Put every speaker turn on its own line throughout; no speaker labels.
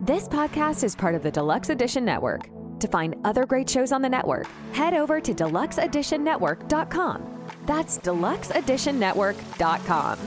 This podcast is part of the Deluxe Edition Network. To find other great shows on the network, head over to deluxeeditionnetwork.com. That's deluxeeditionnetwork.com.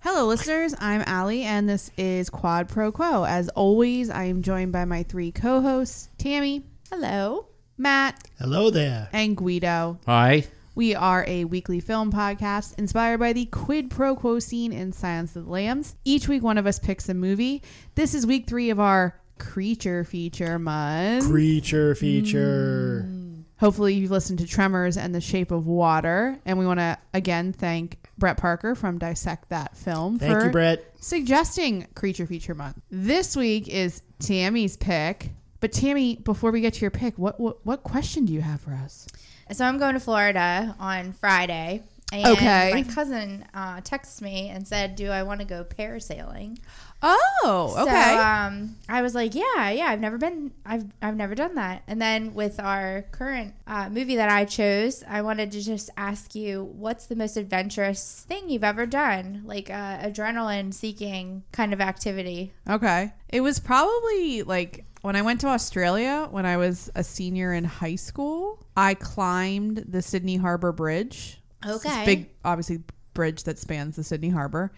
Hello, listeners. I'm Allie, and this is Quad Pro Quo. As always, I am joined by my three co hosts Tammy. Hello. Matt
Hello there.
and Guido.
Hi.
We are a weekly film podcast inspired by the quid pro quo scene in Silence of the Lambs. Each week, one of us picks a movie. This is week three of our creature feature month.
Creature feature.
Mm. Hopefully, you've listened to Tremors and The Shape of Water. And we want to again thank Brett Parker from Dissect That Film
Thank
for
you, Brett.
suggesting Creature Feature Month. This week is Tammy's pick. But Tammy, before we get to your pick, what what, what question do you have for us?
So I'm going to Florida on Friday. And
Okay.
my cousin uh, texted me and said, Do I want to go parasailing?
Oh,
So, um, I was like, Yeah, yeah, I've never been, I've, I've never done that. And then with our current uh, movie that I chose, I wanted to just ask you, What's the most adventurous thing you've ever done? Like uh, adrenaline seeking kind of activity.
okay. It was probably like when I went to Australia when I was a senior in high school. I climbed the Sydney Harbour Bridge. It's this
Okay.
big, obviously, bridge that spans the Sydney Harbor,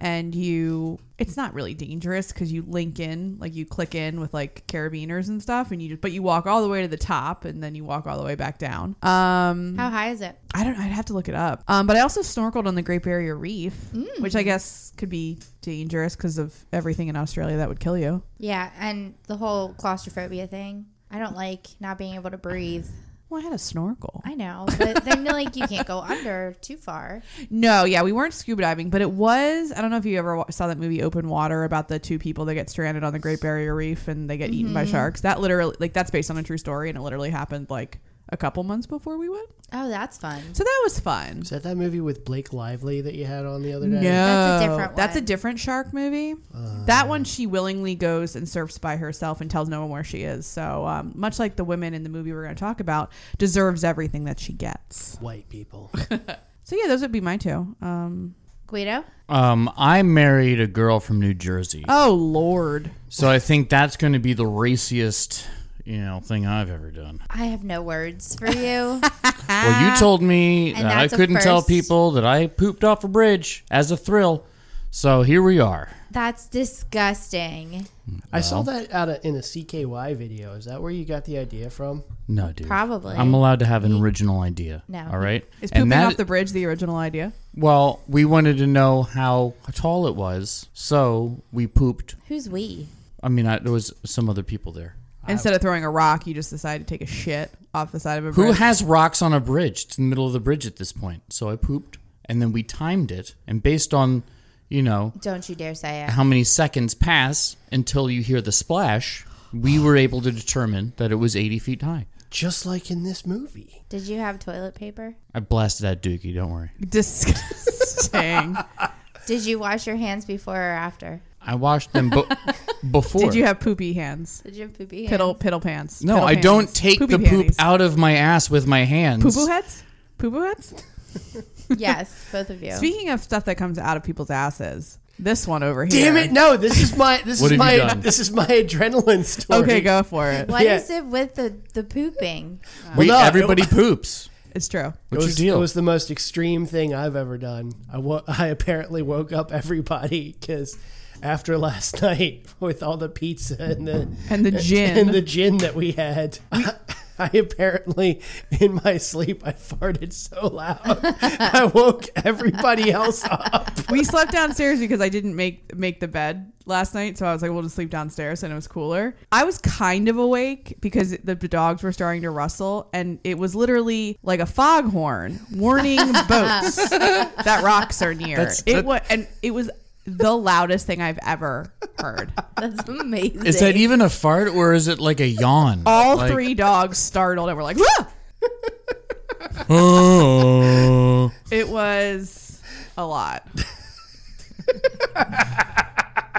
and you. It's not really dangerous because you link in, like you click in with like carabiners and stuff, and you just, but you walk all the way to the top, and then you walk all the way back down. Um,
How high is it?
I don't. I'd have to look it up. Um, but I also snorkeled on the Great Barrier Reef, which I guess could be dangerous because of everything in Australia that would kill you.
Yeah. And the whole claustrophobia thing. I don't like not being able to breathe.
Well, I had a snorkel.
I know, but then like you can't go under too far.
No, yeah, we weren't scuba diving, but it was. I don't know if you ever wa- saw that movie Open Water about the two people that get stranded on the Great Barrier Reef and they get eaten by sharks. That literally, like, that's based on a true story, and it literally happened like a couple months before we went.
Oh, that's fun.
So that was fun.
Is that that movie with Blake Lively that you had on the other day?
That's a
No,
different
That's a
one.
different shark movie.
Uh.
that one, she willingly goes and surfs by herself and tells no one where she is. So, um, much like the women in the movie we're going to talk about, deserves everything that she gets.
White people.
So, yeah, those would be my two. Um,
Guido?
Um, I married a girl from New Jersey.
oh, Lord.
So I think that's going to be the raciest, you know, thing I've ever done.
I have no words for you.
well, you told me
Ah, And
that I
that's a
couldn't tell
first.
people that I pooped off a bridge as a thrill. So here we are.
that's disgusting.
I saw that out of, in a CKY video. Is that where you got the idea from?
No, dude.
Probably.
I'm allowed to have an original idea.
No.
All right.
Is
And
pooping
that-
off the bridge the original idea?
well, we wanted to know how tall it was, so we pooped.
Who's we?
I mean, I, there was some other people there.
Instead of throwing a rock, you just decide to take a shit off the side of a
Who
bridge.
has rocks on a bridge? It's in the middle of the bridge at this point. So I pooped, and then we timed it, and based on, you know,
Don't you dare say it.
how many seconds pass until you hear the splash, we were able to determine that it was 80 feet high.
Just like in this movie.
Did you have toilet paper?
I blasted that dookie. Don't worry.
Disgusting.
Did you wash your hands before or after?
I washed them bo- before.
Did you have poopy hands?
Did you have poopy hands?
Piddle, piddle pants.
No,
Piddle
I don't
panties.
take
Poopy
the poop
panties.
out of my ass with my hands.
Poo poo heads? Poo poo heads?
Yes, both of you.
Speaking of stuff that comes out of people's asses, this one over here.
Damn it! No, this is my this
What
is
have you
my
done?
this is my adrenaline story.
Okay, go for it.
What is
Yeah.
it with the, the pooping?
We,
Well, no,
everybody poops.
It's true.
It
What's
was-
your deal?
It was the most extreme thing I've ever done. I wo- I apparently woke up everybody because after last night with all the pizza and the
And the gin.
and the gin that we had. I apparently, in my sleep, I farted so loud I woke everybody else up.
we slept downstairs because I didn't make make the bed last night, so I was like, we'll just sleep downstairs, and it was cooler. I was kind of awake because the dogs were starting to rustle, and it was literally like a foghorn warning boats that rocks are near.
That's-
it
that-
was, and it was the loudest thing I've ever heard.
That's amazing.
Is that even a fart or is it like a yawn?
All
Like,
three dogs startled and were like, "Ah!"
Oh.
It was a lot.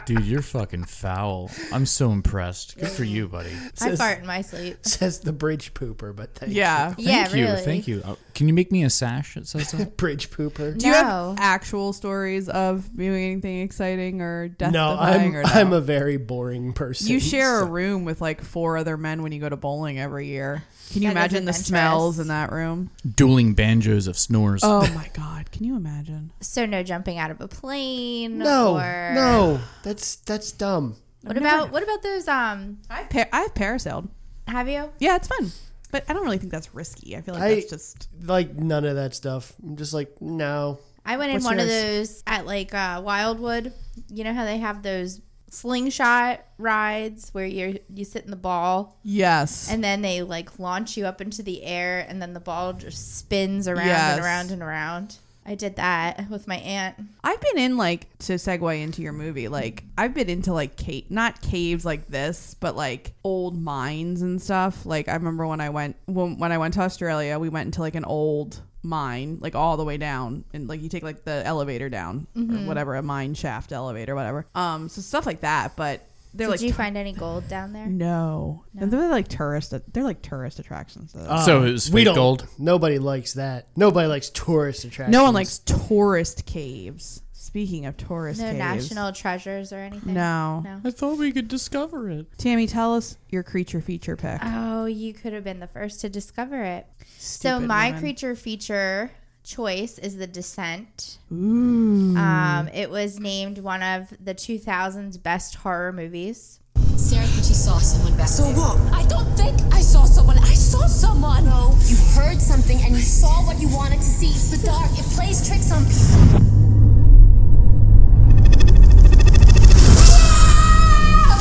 Dude, you're fucking foul. I'm so impressed. Good for you, buddy.
I
Says-
fart in my sleep.
Says the bridge pooper, but thank
Yeah.
Thank
yeah,
you.
really.
Thank you. Uh, can you make me a sash that says that?
you. Bridge pooper.
Do you
No.
have actual stories of doing anything exciting or death
No,
defying?
I'm
or no?
I'm a very boring person.
you share a
so-
room with like four other men when you go to bowling every year. Can you
That is
imagine the
adventurous.
smells in that room?
Dueling banjos of snores.
Oh my god, can you imagine?
So no jumping out of a plane.
No,
or-
no, that's that's dumb.
What about what about those? Um,
I've par- I've parasailed.
have you?
Yeah, it's fun, but I don't really think that's risky. I feel like
I-
that's just
Like none of that stuff. I'm just like no.
I went in
What's
one of
yours?
those at like uh, Wildwood. You know how they have those slingshot rides where you you sit in the ball
yes.
and then they like launch you up into the air and then the ball just spins around
Yes.
and around and around. I did that with my aunt.
I've been in like to segue into your movie, like I've been into like cave, not caves like this, but like old mines and stuff. Like I remember when I went when, when I went to Australia, we went into like an old mine, like all the way down, and like you take like the elevator down
Mm-hmm.
or whatever, a mine shaft elevator, whatever. Um, so stuff like that. But they're
Did
like Mm,
you
tu-
find any gold down there?
no, And they're like tourist, they're like tourist attractions. Though.
So it was
we
fake
don't.
gold?
Nobody likes that. Nobody likes tourist attractions.
no one likes tourist caves. Speaking of tourist
No
caves,
national treasures or anything.
No.
No.
I thought we could discover it.
Tammy, tell us your creature feature pick.
Oh, you could have been the first to discover it. so
Stupid
my
women.
creature feature choice is the descent.
Ooh.
Um, it was named one of the 2000s best horror movies.
Sarah thought she saw someone back So what? I don't think I saw someone. I saw someone. No, you heard something and you saw what you wanted to see. It's the dark. It plays tricks on people.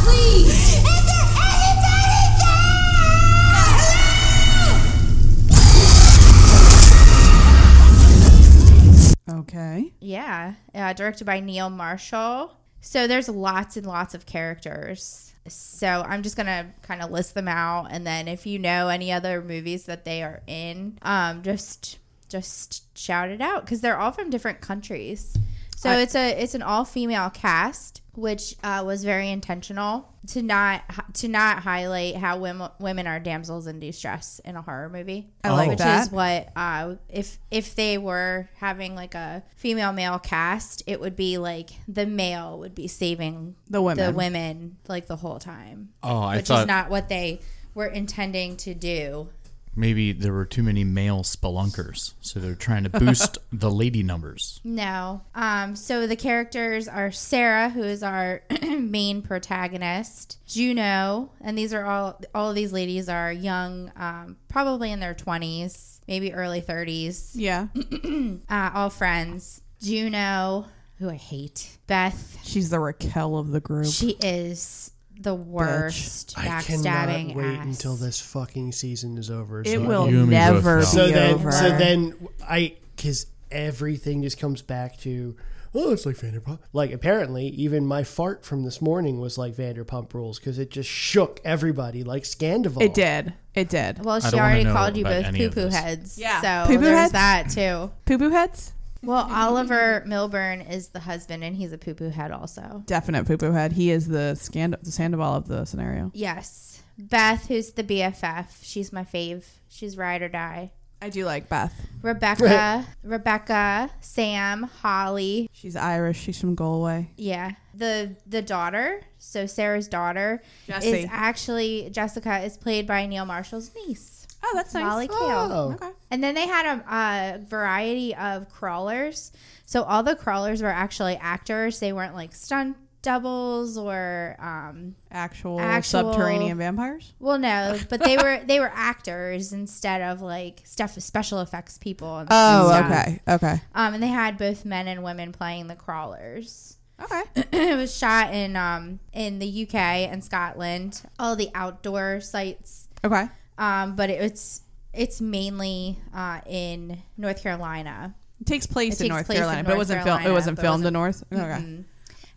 Please. Is there anybody there? Hello?
Okay.
Yeah, uh, directed by Neil Marshall. So there's lots and lots of characters. So I'm just gonna kind of list them out, and then if you know any other movies that they are in, um, just just shout it out because they're all from different countries. So it's a it's an all female cast, which uh, was very intentional to not to not highlight how women women are damsels in distress in a horror movie.
I like
which
that.
is what uh, if if they were having like a female male cast, it would be like the male would be saving
The women.
the women like the whole time,
Oh, I
which is
thought
not what they were intending to do.
maybe there were too many male spelunkers, so they're trying to boost the lady numbers.
No. Um, so the characters are Sarah, who is our main protagonist, Juno, and these are all all of these ladies are young, um, probably in their twenties, maybe early thirties.
Yeah.
Uh, all friends. Juno, who I hate. Beth,
She's the Raquel of the group.
she is the worst
I
backstabbing
cannot wait
ass.
until this fucking season is over.
it
so
will
You and me
never be
both
so then
over.
so then I because everything just comes back to oh it's like Vanderpump like apparently even my fart from this morning was like Vanderpump Rules because it just shook everybody like Scandival
it did. It did.
Well, she
don't wanna
already
know
called you
about
both
any
poo
of
poo
this.
heads.
Yeah.
So
Poo-poo heads?
there's that too.
Poo poo heads?
Well, Oliver Milburn is the husband and he's a poo poo head also.
Definite poo poo head. He is the scand- the Sandoval of the scenario.
Yes. Beth, who's the BFF, she's my fave. She's ride or die.
I do like Beth.
Rebecca, Rebecca, Sam, Holly.
She's Irish. She's from Galway.
Yeah. The the daughter, so Sarah's daughter
Jessie.
is actually Jessica is played by Neil Marshall's niece.
Oh, that's
Molly Kale.
oh
Okay.
And then they had a, a variety of crawlers. So all the crawlers were actually actors. They weren't like stunt doubles or um,
Actual,
Actual-
subterranean vampires?
Well, no, but they were they were actors instead of like stuff special effects people. And
Oh,
stuff.
okay. Okay.
Um, and they had both men and women playing the crawlers.
Okay.
it was shot in um in the UK and Scotland, all the outdoor sites.
Okay.
Um, but it's it's mainly uh, in North Carolina.
It takes place in
It takes
North
place in
Carolina, but
North
it wasn't filmed.
Carolina,
It wasn't
but it
filmed in North. Okay.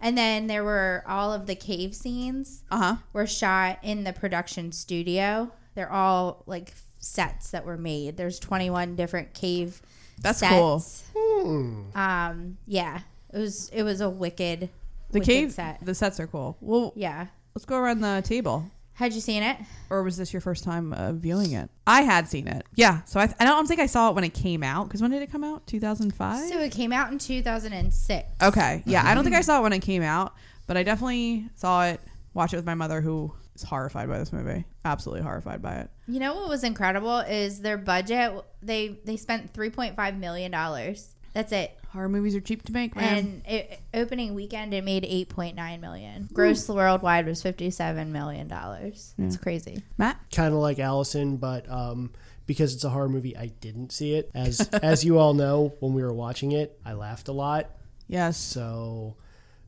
And then there were all of the cave scenes
Uh huh.
were shot in the production studio. They're all like sets that were made. There's 21 different cave.
That's
sets.
cool.
Um, yeah, it was it was a wicked,
The
Wicked
cave,
set.
the sets are cool. Well,
Yeah.
let's go around the table.
Had you seen it?
Or was this your first time uh, viewing it? I had seen it. Yeah. So I, th- I don't think I saw it when it came out. Because when did it come out? 2005?
So it came out in 2006.
Okay. Yeah. I don't think I saw it when it came out, but I definitely saw it, watched it with my mother, who is horrified by this movie. Absolutely horrified by it.
You know what was incredible is their budget. They they spent 3.5 million dollars. That's it.
Horror movies are cheap to make,
Um,
man.
And it, opening weekend, it made 8.9 million. Gross worldwide was 57 million dollars. It's crazy.
Matt?
kind of like Allison, but um, because it's a horror movie, I didn't see it. As as you all know, when we were watching it, I laughed a lot.
Yes.
So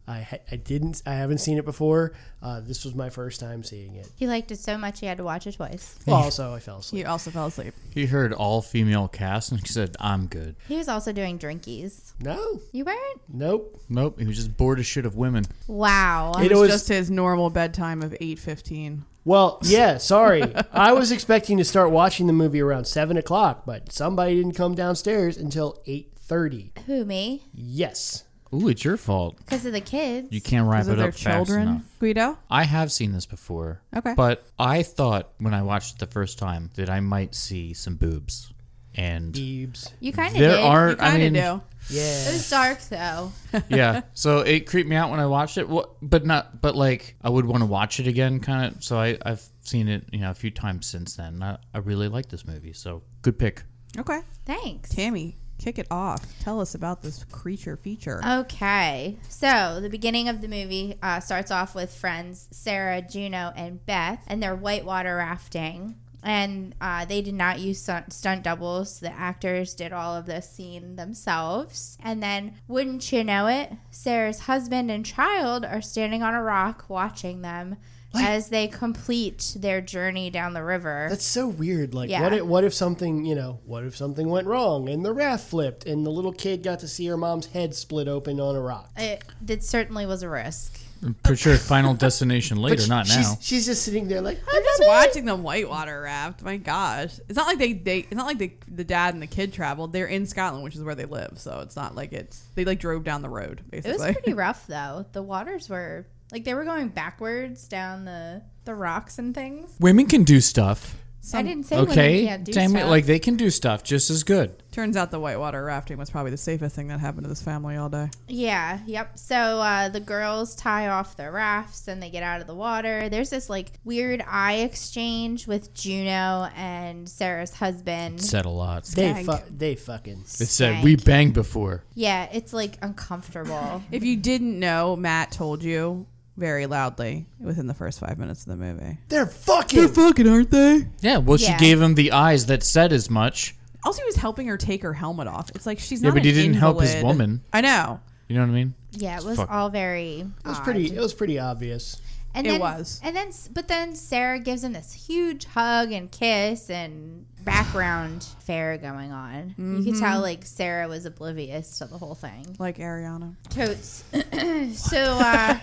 I ha- I didn't I haven't seen it before. Uh, this was my first time seeing it.
He liked it so much he had to watch it twice.
Well, also I fell asleep.
He also fell asleep.
He heard all female cast and he said, "I'm good."
He was also doing drinkies.
No,
You weren't?
nope.
Nope, he was just bored as shit of women.
Wow.
It
It was
was-
just his normal bedtime of 8.15.
Well, yeah, sorry. I was expecting to start watching the movie around seven o'clock, but somebody didn't come downstairs until eight thirty.
Who me?
Yes.
Ooh, it's your fault.
Because of the kids.
You can't wrap
Because of
it
their
up fast
children.
enough.
Guido?
I have seen this before.
Okay.
But I thought when I watched it the first time that I might see some boobs. And
Ebs.
You kind of
there
did.
are, I
Kind of
mean,
do.
It
Yeah.
was dark though.
yeah. So it creeped me out when I watched it. Wha- But not, but like, I would want to watch it again, kind of. So I, I've seen it, you know, a few times since then. And I, I really like this movie. So good pick.
Okay.
Thanks.
Tammy, kick it off. Tell us about this creature feature.
Okay. So the beginning of the movie uh, starts off with friends Sarah, Juno, and Beth, and they're whitewater rafting. And uh, they did not use stunt, stunt doubles. The actors did all of this scene themselves. And then, wouldn't you know it, Sarah's husband and child are standing on a rock watching them as they complete their journey down the river.
That's so weird. Like,
Yeah.
what? If, what if something? You know, what if something went wrong and the raft flipped and the little kid got to see her mom's head split open on a rock?
It, it certainly was a risk.
I'm pretty sure Final Destination later,
she-
not
she's,
now.
She's just sitting there like,
I'm just watching them whitewater raft. My gosh, it's not like they, they it's not like the the dad and the kid traveled. They're in Scotland, which is where they live, so it's not like it's they like drove down the road
It was
basically.
pretty rough though. The waters were like they were going backwards down the the rocks and things.
Women can do stuff.
I didn't say women
Okay.
can't do
Damn
stuff.
it. Like, they can do stuff just as good.
Turns out the whitewater rafting was probably the safest thing that happened to this family all day.
yeah, yep. So uh, the girls tie off their rafts and they get out of the water. There's this like weird eye exchange with Juno and Sarah's husband.
said a lot.
they, fu- they fucking.
It said we banged before.
yeah, it's like uncomfortable.
If you didn't know, Matt told you very loudly within the first five minutes of the movie.
They're fucking.
fucking aren't they?
Yeah, well,
Yeah.
she gave him the eyes that said as much.
Also, he was helping her take her helmet off. It's like she's
Yeah,
not.
but
an
he didn't help his
invalid.
woman.
I know.
You know what I mean?
yeah, it was
Fuck.
all very.
It was pretty. It was pretty obvious.
And
It
then,
was.
And then, but then Sarah gives him this huge hug and kiss and background fair going on. You could
Mm-hmm.
tell like Sarah was oblivious to the whole thing.
Like Ariana.
Totes. so, uh,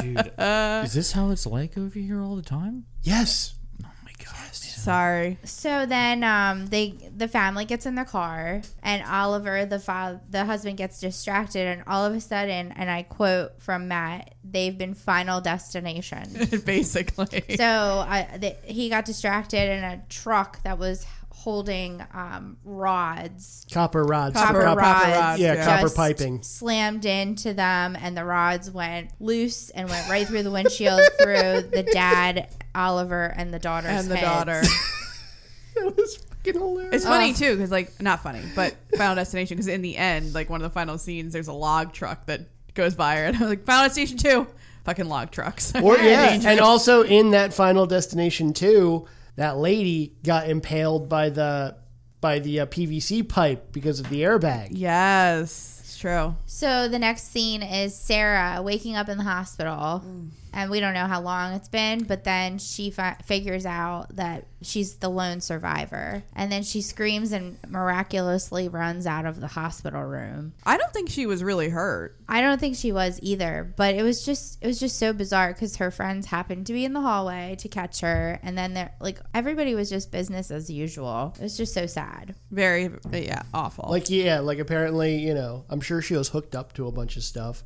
Dude, is this how it's like over here all the time?
Yes.
Oh my god.
Sorry.
so then um, they the family gets in the car and Oliver the father the husband gets distracted and all of a sudden and I quote from Matt they've been final destination.
basically.
So I, th he got distracted in a truck that was holding um, rods,
Copper rods.
copper,
Copper
rods.
rods,
Yeah,
yeah.
copper
just
piping.
slammed into them, and the rods went loose and went right through the windshield through the dad, Oliver, and the daughter's
and the
heads.
daughter.
It was fucking hilarious.
It's funny too, because like not funny, but Final Destination. Because in the end, like one of the final scenes, there's a log truck that goes by, her, and I'm like, Final Destination two, fucking log trucks.
Or yeah, and also in that Final Destination too, that lady got impaled by the by the uh, PVC pipe because of the airbag.
yes, it's true.
So the next scene is Sarah waking up in the hospital,
Mm.
and we don't know how long it's been, but then she fi- figures out that she's the lone survivor, and then she screams and miraculously runs out of the hospital room.
I don't think she was really hurt.
I don't think she was either, but it was just it was just so bizarre because her friends happened to be in the hallway to catch her, and then they're like everybody was just business as usual. It was just so sad.
Very, yeah, awful.
Like yeah, like apparently you know, I'm sure she was hooked up to a bunch of stuff.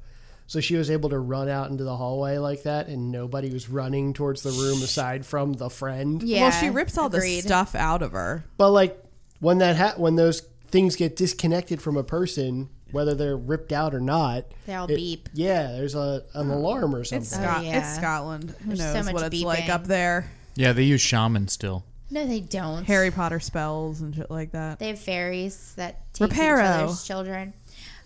So she was able to run out into the hallway like that, and nobody was running towards the room aside from the friend.
Yeah.
well, she rips all the
agreed.
stuff out of her.
But like when that ha- when those things get disconnected from a person, whether they're ripped out or not,
They all
it-
beep.
Yeah, there's a an alarm or something.
It's, Scot- it's
yeah.
Scotland. Who
There's so
knows
much
what it's like
beeping.
up there?
Yeah, they use shaman still.
No, they don't.
Harry Potter spells and shit like that.
They have fairies that take
Reparo.
each other's children.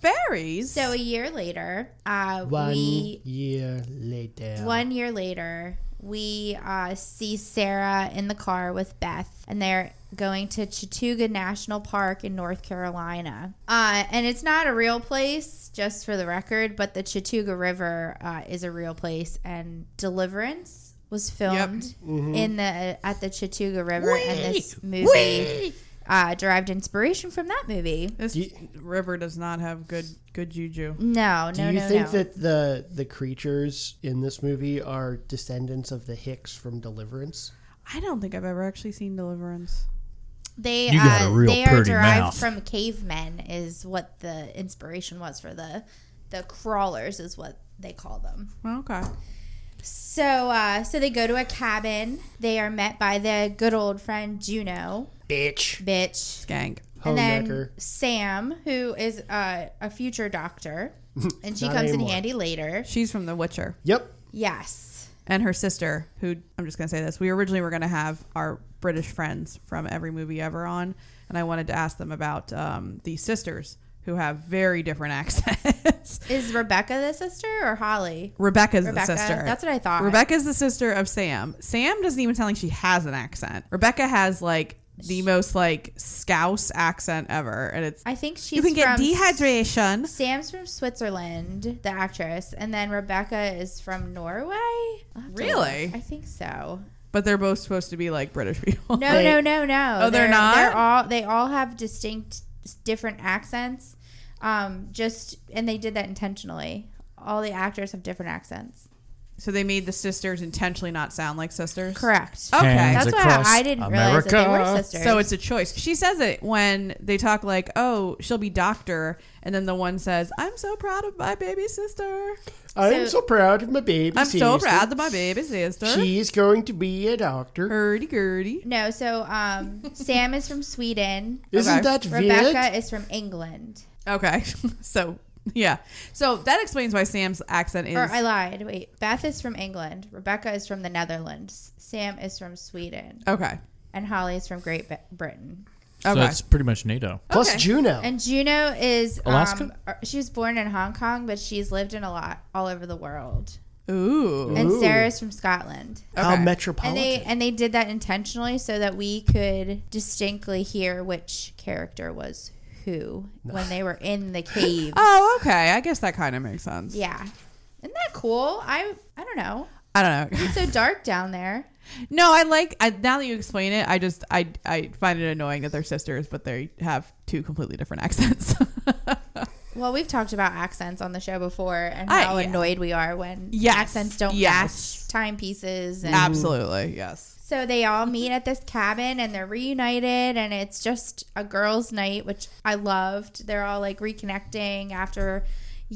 Fairies.
So a year later, uh,
One
we
year later.
one year later we uh, see Sarah in the car with Beth, and they're going to Chattooga National Park in North Carolina. Uh, and it's not a real place, just for the record, but the Chattooga River uh, is a real place, and Deliverance was filmed
Mm-hmm.
in the at the Chattooga River, and this movie. Uh, derived inspiration from that movie.
this
Do-
river does not have good good juju.
No, no,
Do you
no,
think
no.
that the the creatures in this movie are descendants of the Hicks from Deliverance?
I don't think I've ever actually seen Deliverance.
They
You got a
uh,
real
they are
pretty
derived
mouth.
from cavemen is what the inspiration was for the the crawlers is what they call them.
Well, okay.
So uh, so they go to a cabin. They are met by the good old friend Juno,
Bitch.
bitch,
Gang.
and then
Homenecker.
Sam, who is uh, a future doctor, and she
Not
comes
anymore.
in handy later.
She's from The Witcher.
Yep.
Yes,
And her sister, who I'm just gonna say this. We originally were gonna have our British friends from every movie ever on, and I wanted to ask them about um, the sisters who have very different accents.
is Rebecca the sister or Holly?
Rebecca's
Rebecca,
the sister.
that's what I thought.
Rebecca's the sister of Sam. Sam doesn't even sound like she has an accent. Rebecca has like the most like scouse accent ever, and it's
I think she's
you can get
from
dehydration.
Sam's from Switzerland, the actress, and then Rebecca is from Norway. I'll have to
Really?
look. I think so.
But they're both supposed to be like British people.
No,
Wait.
no, no, no.
Oh, they're not?
They're all they all have distinct, different accents. Um, just and they did that intentionally. All the actors have different accents.
So they made the sisters intentionally not sound like sisters.
Correct.
Okay.
Hands
That's why
across
I didn't realize that they were sisters.
So it's a choice. She says it when they talk like, "Oh, she'll be doctor," and then the one says, "I'm so proud of my baby sister.
I'm
So-
so proud of my baby.
I'm so
sister.
proud of my baby sister."
She's going to be a doctor.
Hurdy gurdy.
no. So um, Sam is from Sweden.
Okay.
Isn't that weird?
Rebecca is from England.
Okay, so yeah, so that explains why Sam's accent is.
Or I lied. Wait, Beth is from England. Rebecca is from the Netherlands. Sam is from Sweden,
okay,
and Holly is from Great Bri- Britain.
So
okay.
that's pretty much NATO.
Plus
Okay.
Juno.
And Juno is
Alaska?
Um, or- she was born in Hong Kong, but she's lived in a lot all over the world.
Ooh.
And
Ooh.
Sarah is from Scotland.
How
okay.
And
metropolitan.
they and they did that intentionally so that we could distinctly hear which character was who when they were in the cave.
Oh, okay. I guess that kind of makes sense.
Yeah, isn't that cool? I I don't know.
I don't know.
It's so dark down there.
No, I like. I, now that you explain it, I just I I find it annoying that they're sisters, but they have two completely different accents. Mm-hmm.
Well, we've talked about accents on the show before and
I-
how
yeah.
annoyed we are when
Yes,
accents don't
yes.
match timepieces. And
Absolutely, yes.
so they all meet at this cabin and they're reunited, and it's just a girls' night, which I loved. They're all like reconnecting after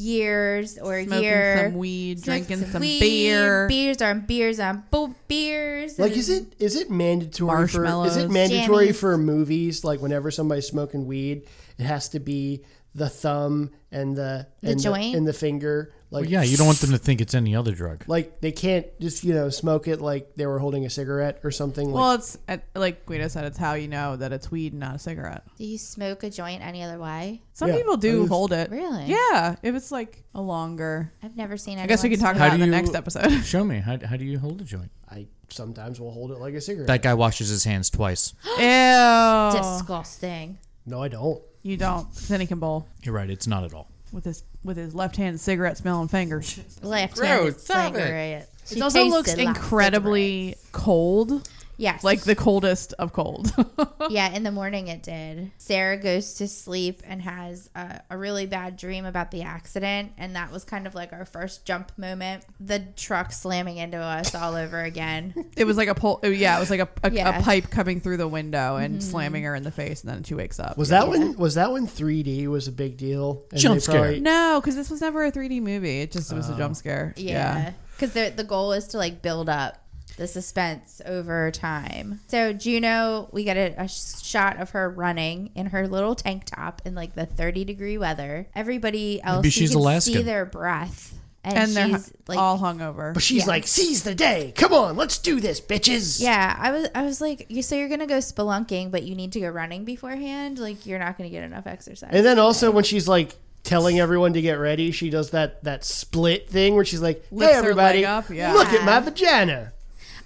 years or a
Smoking
year.
some weed,
Smoking
drinking some
weed,
beer.
Beers on beers on bo- beers.
like is it is it mandatory for is it
Marshmallows.
mandatory
Jammies.
for movies like whenever somebody's smoking weed it has to be the thumb and the
The
and
joint?
and the finger like
Yeah, you don't want them to think it's any other drug.
like they can't just you know smoke it like they were holding a cigarette or something like
Well, it's uh, like Guido said, it's how you know that it's weed, and not a cigarette.
Do you smoke a joint any other way?
Some
Yeah.
people do hold it.
Really?
Yeah. If it's like a longer,
I've never seen.
I guess we can
anyone
talk
smoke.
about it in
do
the
you-
next episode.
Show me how, how do you hold a joint?
I sometimes will hold it like a cigarette.
That guy washes his hands twice.
Ew.
Disgusting.
no, I don't.
You don't. 'cause Then he can bowl
You're right. It's not at all.
with his with his left hand cigarette smelling fingers.
left
Gross,
hand
stop it.
cigarette.
It also looks incredibly cold.
Yes.
Like the coldest of cold.
yeah, in the morning it did. Sarah goes to sleep and has a, a really bad dream about the accident. And that was kind of like our first jump moment. The truck slamming into us all over again.
it was like a pole. Yeah, it was like a, a,
Yeah. Mm-hmm.
a pipe coming through the window and slamming her in the face, and then she wakes up.
Was that when was that when 3D was a big deal? And they
Jump scare.
probably-
no, because this was never a 3D movie. It just
Oh.
was a jump scare.
Yeah. Because the, the goal is to like build up the suspense over time. So Juno, we get a, a shot of her running in her little tank top in like the 30 degree weather. Everybody else, you
she's
can see
Alaskan.
their breath.
and
And,
they're
she's
hu-
like
all hungover.
But she's
Yeah.
like, seize the day. Come on, let's do this, bitches.
Yeah, I was I was like, you so you're gonna go spelunking, but you need to go running beforehand. Like you're not gonna get enough exercise.
And then also when she's like telling everyone to get ready, she does that that split thing where she's like,
Lifts
"Hey
her
everybody,
leg up, yeah.
look at my vagina."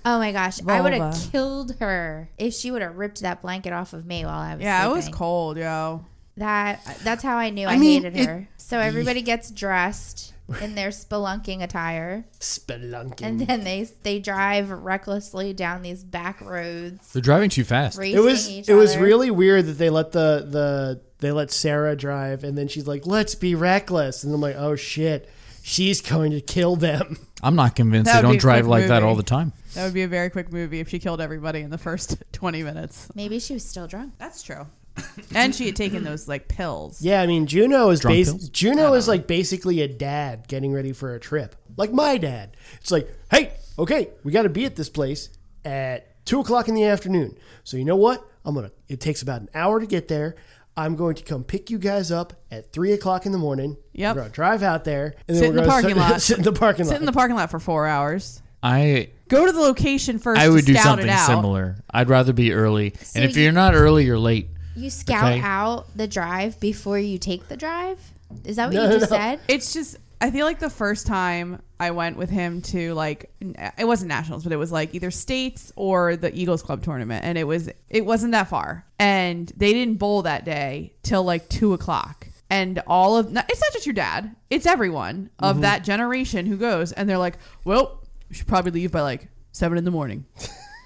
oh my gosh, I would have
Vulva.
killed her if she would have ripped that blanket off of me while I was.
yeah, it was
sleeping.
cold, yo.
That that's how I knew I,
mean,
hated
it-
her. So everybody gets dressed in their spelunking attire,
Spelunking.
and then they they drive recklessly down these back roads.
They're driving too fast.
racing
it was
each
it was
other.
really weird that they let the the they let Sarah drive and then she's like, "Let's be reckless." And I'm like, "Oh shit. She's going to kill them."
I'm not convinced
That
they
would be a
don't drive
quick
like that
movie.
all the time.
That would be a very quick movie if she killed everybody in the first 20 minutes.
maybe she was still drunk.
That's true. and she had taken those like pills.
Yeah, I mean, Juno is
Drunk
bas-
pills?
Juno is like basically a dad getting ready for a trip. Like my dad. It's like, "Hey, okay, we got to be at this place at two o'clock in the afternoon. So you know what? I'm gonna. It takes about an hour to get there." I'm going to come pick you guys up at three o'clock in the morning.
Yep.
We're gonna drive out there and then
Sit
we're
in the
gonna
parking
sit-
lot.
sit in the parking lot.
Sit in the parking lot for four hours.
I
Go to the location first.
I
to
would do
scout
something
it out.
similar. I'd rather be early. and if
you-
you, are not early, you're late.
You scout
Okay.
out the drive before you take the drive. Is that what
No,
you
no,
just
no.
said?
It's just I feel like the first time I went with him to like n- it wasn't nationals, but it was like either states or the Eagles Club tournament, and it was it wasn't that far, and they didn't bowl that day till like two o'clock. And all of no, it's not just your dad; it's everyone of that generation who goes, and they're like, "Well, we should probably leave by like seven in the morning."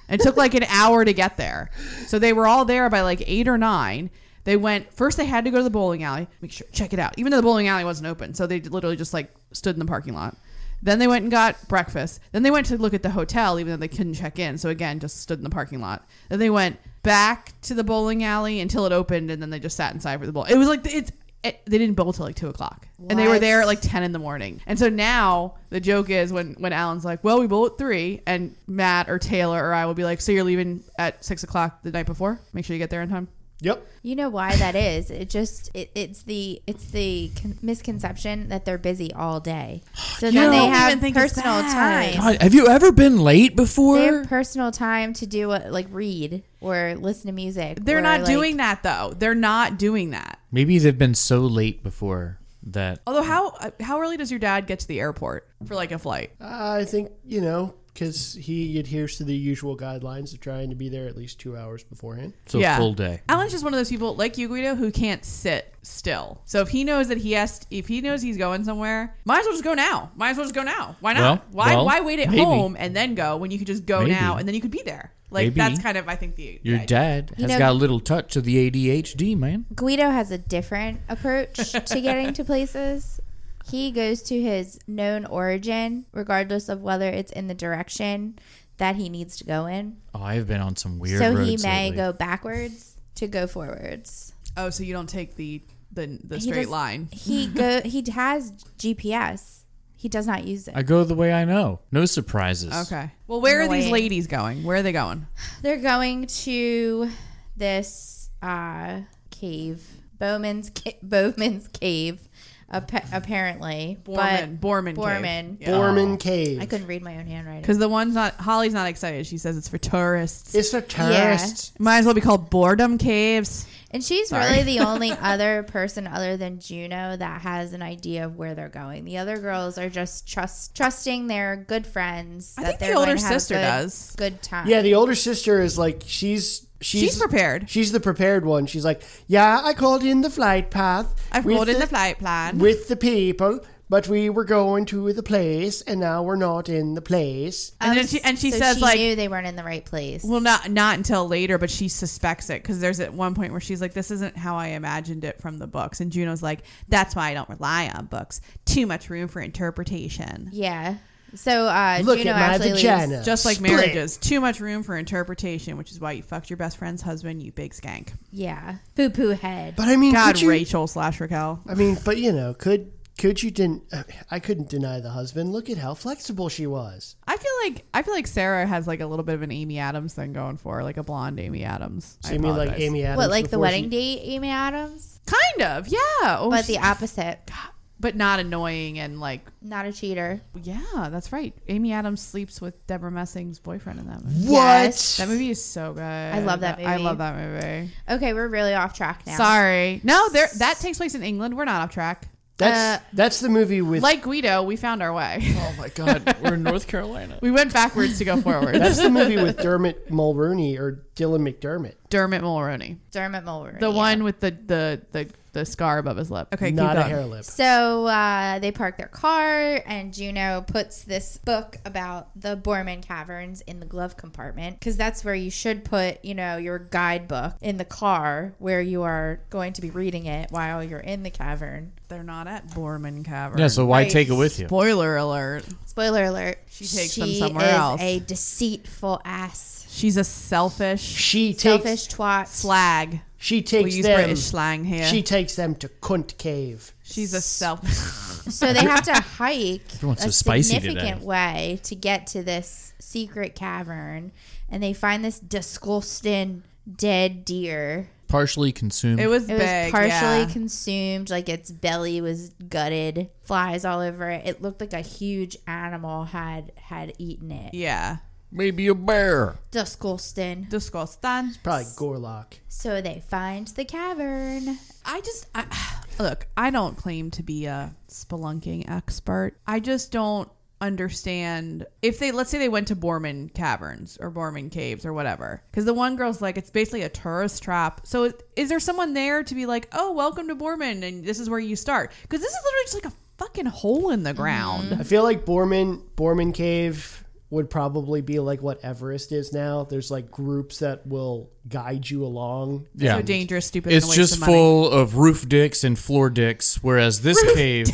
It took like an hour to get there. So they were all there by like eight or nine. They went first. They had to go to the bowling alley, make sure check it out. Even though the bowling alley wasn't open, so they literally just like stood in the parking lot. Then they went and got breakfast. Then they went to look at the hotel, even though they couldn't check in. So again, just stood in the parking lot. Then they went back to the bowling alley until it opened, and then they just sat inside for the bowl. It was like it's. It, they didn't bowl till like two o'clock, and they were
What?
there at like 10 in the morning. And so now the joke is when, when Alan's like, well, we bowl at three and Matt or Taylor or I will be like, so you're leaving at six o'clock the night before. Make sure you get there in time.
yep.
You know why that is? It just it, it's the it's the con- misconception that they're busy all day, so
Yeah.
then
I
they
don't
have
even think it's
personal
that.
time.
God, have you ever been late
They have
before?
personal time to do what, like read or listen to music.
They're
or,
not
like-
doing that though. They're not doing that.
Maybe they've been so late before that.
Although how, uh, how early does your dad get to the airport for like a flight?
I think you know because he adheres to the usual guidelines of trying to be there at least two hours beforehand.
So full day.
Alan's just one of those people like you, Guido, who can't sit still. So if he knows that he has, if he knows he's going somewhere, might as well just go now. Might as well just go now. Why not?
Well,
why
well,
why wait at
maybe.
home and then go when you could just go
Maybe.
now and then you could be there? Like
Maybe.
that's kind of I think the
Your
the idea.
dad has
know-
got a little touch of the ADHD, man.
Guido has a different approach to getting to places. He goes to his known origin, regardless of whether it's in the direction that he needs to go in.
Oh, I have been on some weird.
so he
roads
may
lately.
go backwards to go forwards.
Oh, so you don't take the the, the
He
straight
does-
line.
He go. He has GPS. He does not use it.
I go the way I know. No surprises.
Okay. Well, where are these
Annoying.
ladies going? Where are they going?
They're going to this uh, cave, Bowman's ca- Bowman's cave, appa- apparently.
Borman. Borman.
But
cave.
Borman.
Yeah.
Borman Cave.
I couldn't read my own handwriting.
Because the one's not Holly's not excited. She says it's for tourists.
It's for tourists.
Might as well be called boredom caves.
And she's really the only other person other than Juno that has an idea of where they're going. The other girls are just trust trusting their good friends.
I
that
think the
they're going
older
to have a
sister
good-
does.
good time.
Yeah. the older sister is like she's she's
She's prepared.
She's the prepared one. She's like, yeah, I called in the flight path.
I've
with
rolled in the flight plan.
with the people. but we were going to the place, and now we're not in the place.
And
Um,
then she- and she says, like-
Oh, knew they weren't in the right place.
Well, not not until later, but she suspects it because there's at one point where she's like, "This isn't how I imagined it from the books," and Juno's like, "That's why I don't rely on books. Too much room for interpretation."
yeah. So uh,
Look
Juno
at my
actually leaves-
vagina.
Just like
Split.
marriages, too much room for interpretation, which is why you fucked your best friend's husband, you big skank.
Yeah, poo poo head.
But I mean,
God,
could you,
Rachel slash Raquel.
I mean, but you know, could could you didn't? I couldn't deny the husband. Look at how flexible she was.
I feel like I feel like Sarah has like a little bit of an Amy Adams thing going for, her, like a blonde Amy Adams.
So you mean like Amy Adams?
What like the
before
wedding
she-
date, Amy Adams?
Kind of, yeah. Oh,
But
she-
the opposite.
but not annoying and like
Not a cheater.
yeah, that's right. Amy Adams sleeps with Deborah Messing's boyfriend in that movie.
What?
Yes.
That movie is so good. I
love that
I
movie.
love that movie.
Okay, we're really off track now.
Sorry. No, there that takes place in England. We're not off track.
That's
Uh,
that's the movie with.
Like Guido, we found our way.
Oh my God, we're in North Carolina.
we went backwards to go forward.
that's the movie with Dermot Mulroney or Dylan McDermott.
Dermot Mulroney.
Dermot Mulroney.
The
yeah.
one with the, the the the scar above his lip. Okay,
not
keep
a
going.
hair lip.
So uh, they park their car, and Juno puts this book about the Borman Caverns in the glove compartment because that's where you should put, you know, your guidebook in the car where you are going to be reading it while you're in the cavern.
They're not at Borman Cavern.
Yeah, so why
Right.
take it with you?
Spoiler alert.
Spoiler alert: She
takes them somewhere
is
else.
A deceitful ass,
She's a selfish
She takes
selfish twat.
slag.
she
We
takes
use
them.
British slang here.
She takes them to Cunt Cave.
She's a self.
so they have to hike
Everyone's
a
so spicy today.
significant way to get to this secret cavern, and they find this disgusting dead deer.
Partially consumed.
It was
It
big.
was partially
yeah.
consumed, like its belly was gutted, flies all over it. It looked like a huge animal had had eaten it.
yeah.
maybe a bear.
Disgusting.
Disgusting.
Probably Gorlock.
So they find the cavern.
I just I, look. I don't claim to be a spelunking expert. I just don't understand if they let's say they went to Borman Caverns or Borman Caves or whatever. Because the one girl's like, it's basically a tourist trap. So is, is there someone there to be like, oh, welcome to Borman, and this is where you start? Because this is literally just like a fucking hole in the ground.
I feel like Borman Borman Cave would probably be like what Everest is now. There's like groups that will guide you along.
Yeah.
So dangerous, stupid. and a
It's
waste
just
of money.
full of roof dicks and floor dicks, whereas this cave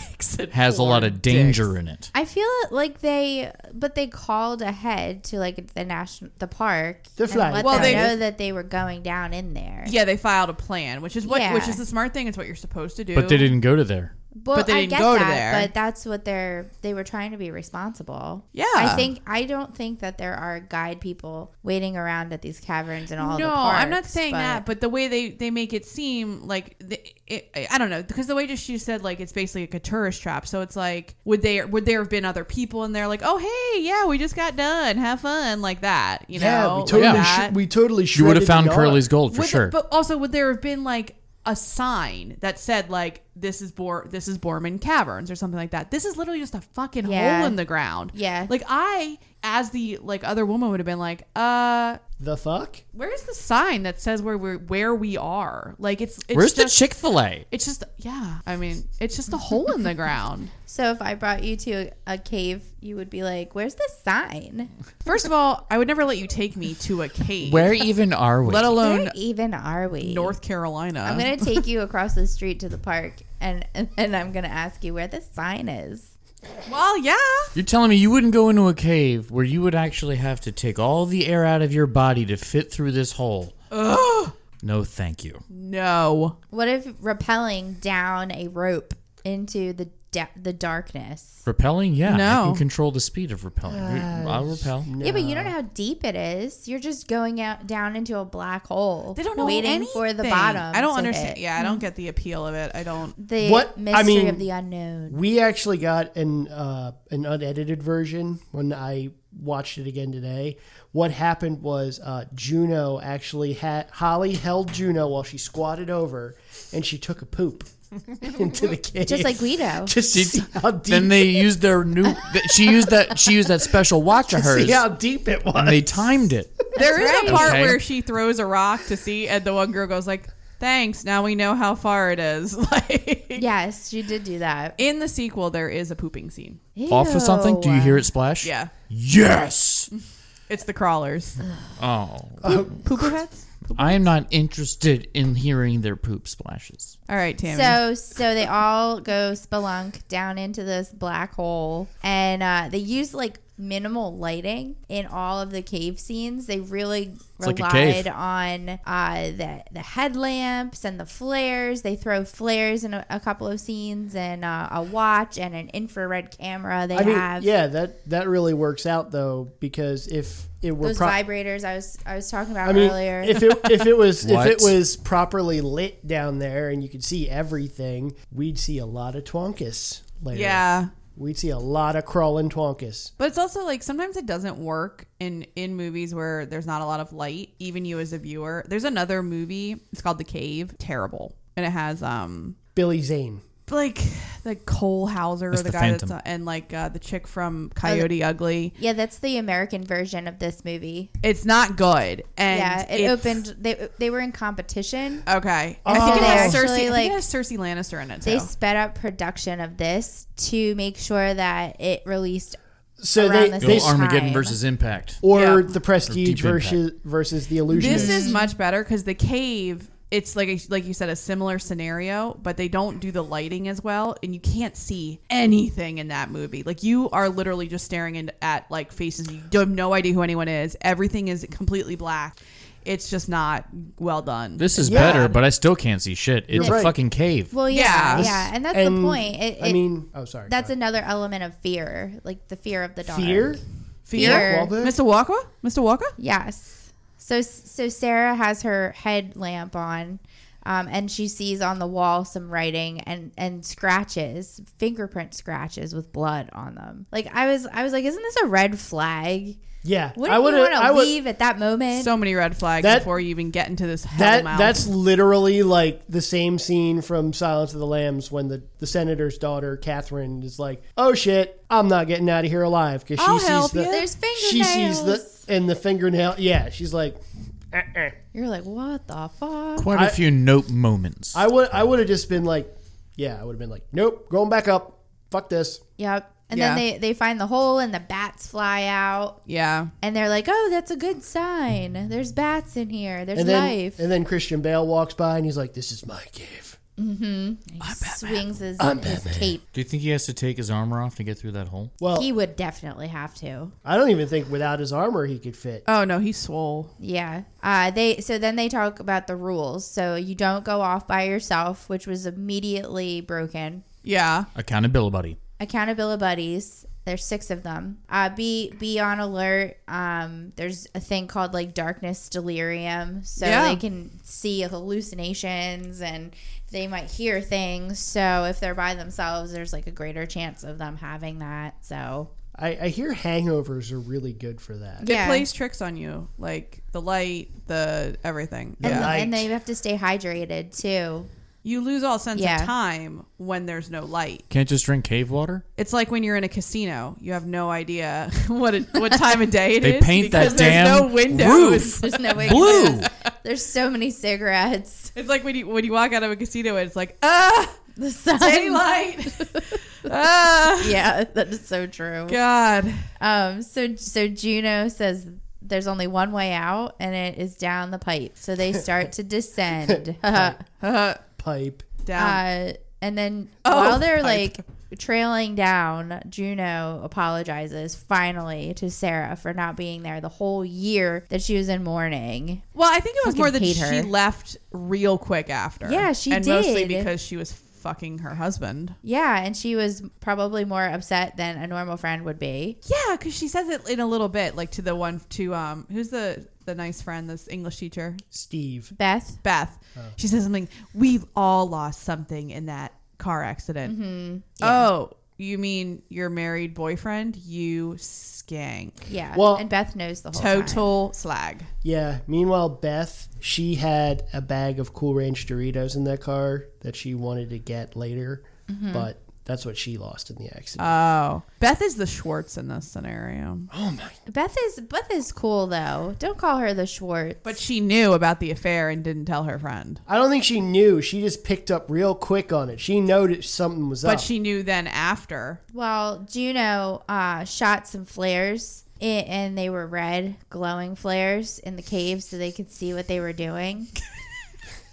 has a lot of danger in it.
I feel like they, but they called ahead to like the national, the park.
The flag.
And let
Well,
them
they-
know that they were going down in there.
Yeah, they filed a plan, which is what,
Yeah.
which is the smart thing. It's what you're supposed to do.
But they didn't go to there.
Well,
But they
I
didn't
get
go to
that,
there.
But that's what they're they were trying to be responsible.
Yeah.
I think I don't think that there are guide people waiting around at these caverns and all.
no,
the parks,
I'm not saying that, but the way they they make it seem like the, it, I don't know because the way just you said like it's basically like a tourist trap. So it's like would they would there have been other people in there like oh hey yeah we just got done have fun like that you know
yeah, we totally,
like
Yeah.
that.
sh- we totally
You would have
shredded
found
the
Curly's
yard.
gold for
Would-
sure.
But also would there have been like a sign that said like this is Bor this is Borman Caverns or something like that. This is literally just a fucking
Yeah.
hole in the ground.
Yeah.
Like I as the like other woman would have been like uh
The fuck?
where is the sign that says where we're where we are? Like it's, it's
Where's the
just-
Chick Fil A?
It's just yeah. I mean, it's just a hole in the ground.
So if I brought you to a cave, you would be like, "Where's the sign?
First of all, I would never let you take me to a cave,
Where even are we?
let alone
Where even are we?"
North Carolina.
I'm gonna take you across the street to the park, and and I'm gonna ask you where the sign is.
well, yeah.
You're telling me you wouldn't go into a cave where you would actually have to take all the air out of your body to fit through this hole? No, thank you.
No.
What if rappelling down a rope into the da- the darkness?
Repelling, yeah, I
No.
can control the speed of repelling. I'll repel.
Yeah, but you don't know how deep it is. You're just going out down into a black hole.
They don't know
waiting for the
anything.
bottom.
I don't
to
understand.
hit.
Yeah, I don't get the appeal of it. I don't.
The
What- I
mystery
mean-
of the unknown.
We actually got an uh, an unedited version when I watched it again today. What happened was uh, Juno actually had Holly held Juno while she squatted over, and she took a poop into the cave,
Just like Guido.
just to see how deep,
Then they used their new. th- she used that. She used that special watch of hers,
see how deep it was.
and they timed it.
There is
right.
a part
Okay.
where she throws a rock to see, and the one girl goes like, thanks. Now we know how far it is. Like
Yes, she did do that.
in the sequel, there is a pooping scene.
Off of something? Do you hear it splash?
Yeah,
Yes.
it's the crawlers.
Oh,
Pooper heads.
I am not interested in hearing their poop splashes.
All right, Tammy.
So, so they all go spelunk down into this black hole, and uh, they use like minimal lighting in all of the cave scenes. They really
like a
relied
cave.
on uh, the the headlamps and the flares. They throw flares in a, a couple of scenes, and uh, a watch and an infrared camera. They
I mean,
have
yeah, that that really works out though because if it were
those
pro-
vibrators I was I was talking about
I mean,
earlier.
if it if it was if it
What?
was properly lit down there and you could see everything, we'd see a lot of twonkus later.
yeah,
we'd see a lot of crawling twonkus.
But it's also like sometimes it doesn't work in in movies where there's not a lot of light, even you as a viewer. There's another movie. It's called The Cave. Terrible, and it has um
Billy Zane.
like the Cole Hauser, the,
That's the
guy
Phantom.
that's and like uh, the chick from Coyote Ugly.
yeah, that's the American version of this movie.
It's not good. And
yeah, it
it's-
opened. They they were in competition.
Okay, I think it
they
has
actually,
Cersei. I think
like-
it has Cersei Lannister in it too.
They sped up production of this to make sure that it released.
So
Around
they,
the
they
same time.
Armageddon versus Impact.
or
Yeah.
the prestige
Deep Impact.
versus versus the illusionist.
This is much better because the cave. It's like a, like you said, a similar scenario, but they don't do the lighting as well, and you can't see anything in that movie. Like you are literally just staring in, at like faces. You have no idea who anyone is. Everything is completely black. It's just not well done.
This is
Yeah.
better, but I still can't see shit. It's
You're right.
a fucking cave.
Well,
Yeah.
yeah, yeah, and that's
And,
the point. It,
I
it-
mean, oh sorry.
that's
go
another element of fear, like the fear of the dark.
ahead. fear.
Fear.
Waldo?
Mr. Walker, Mr. Walker.
Yes. So so Sarah has her headlamp on, um, and she sees on the wall some writing and and scratches, fingerprint scratches with blood on them. Like I was I was like, isn't this a red flag?
Yeah,
Wouldn't you
would've-
want
I
to
would-
leave at that moment?
So many red flags
That-
before you even get into this hell
That
mouth.
that's literally like the same scene from Silence of the Lambs when the, the senator's daughter Catherine is like, "Oh shit, I'm not getting out of here alive" because she
I'll
sees
help
the
you.
There's
she sees the
fingernails.
and the fingernail. Yeah, she's like,
You're like, what the fuck?
Quite a few nope moments.
I would I would have just been like, yeah, I would have been like, nope, going back up. Fuck this.
Yep. And
Yeah.
then they, they find the hole and the bats fly out
yeah.
and they're like, Oh, that's a good sign. There's bats in here. There's
And then
life.
and then Christian Bale walks by and he's like, this is my cave.
he swings his, his cape.
Do you think he has to take his armor off to get through that hole?
Well,
He would definitely have to.
I don't even think without his armor he could fit.
Oh no, he's swole.
Yeah. Uh, they so then they talk about the rules. So you don't go off by yourself, which was immediately broken.
Yeah.
Accountability buddy.
Accountability buddies. There's six of them. Uh, be be on alert. Um, there's a thing called like darkness delirium, so
Yeah.
they can see hallucinations and they might hear things. So if they're by themselves, there's like a greater chance of them having that. So
I, I hear hangovers are really good for that.
It
Yeah.
plays tricks on you, like the light, the everything.
and,
Yeah. Right.
and they have to stay hydrated too.
You lose all sense
Yeah.
of time when there's no light.
Can't just drink cave water?
It's like when you're in a casino; you have no idea what it, what time of day it is.
They paint
because
that
there's
damn
no windows.
roof
There's no way.
blue.
There's so many cigarettes.
It's like when you when you walk out of a casino and it's like ah
The sun.
daylight, ah
Yeah, that is so true.
God.
Um. So so Juno says there's only one way out, and it is down the pipe. So they start to descend. uh,
Pipe.
Down.
and then
Oh,
while they're
pipe.
like trailing down, Juno apologizes finally to Sarah for not being there the whole year that she was in mourning.
well, I think it was
fucking
more that
hate
she
her.
left real quick after.
Yeah, she
and mostly
did.
because she was fucking her husband.
Yeah, and she was probably more upset than a normal friend would be.
Yeah, because she says it in a little bit, like to the one to um, who's the the nice friend, this English teacher,
Steve.
Beth.
Beth. She says something. We've all lost something in that car accident. Oh, you mean your married boyfriend? You skank.
Yeah.
Well-
and Beth knows the whole time.
Total slag.
Yeah. Meanwhile, Beth, she had
Mm-hmm.
a bag of Cool Ranch Doritos in that car that she wanted to get later, but That's what she lost in the accident.
Oh, Beth is the Schwartz in this scenario,
oh my!
Beth is Beth is cool though. Don't call her the Schwartz.
but she knew about the affair and didn't tell her friend.
I don't think she knew. She just picked up real quick on it. She noticed something was up.
But she knew then after.
well, Juno uh, shot some flares i- and they were red glowing flares in the cave so they could see what they were doing.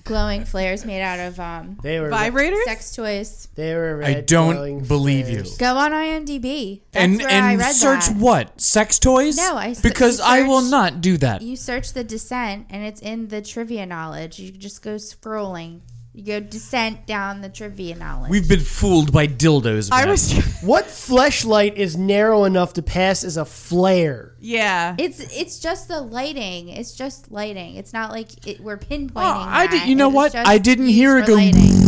glowing flares made out of um,
they were
Vibrators.
sex toys.
they were.
I
Red glowing
don't believe
flares.
you.
Go on IMDb. That's
And
where
and
I read
search
that.
what sex toys?
No, I s-
because
you
I will
search-
not do that.
You search the descent, and it's in the trivia knowledge. You just go scrolling. You go descent down the trivia knowledge.
We've been fooled by dildos.
I
man.
was.
What fleshlight is narrow enough to pass as a flare?
Yeah.
it's it's just the lighting. It's just lighting. It's not like it, we're pinpointing.
Oh, I
that.
did- you know
It was
what?
just
I didn't
used
hear
for
it go-
lighting.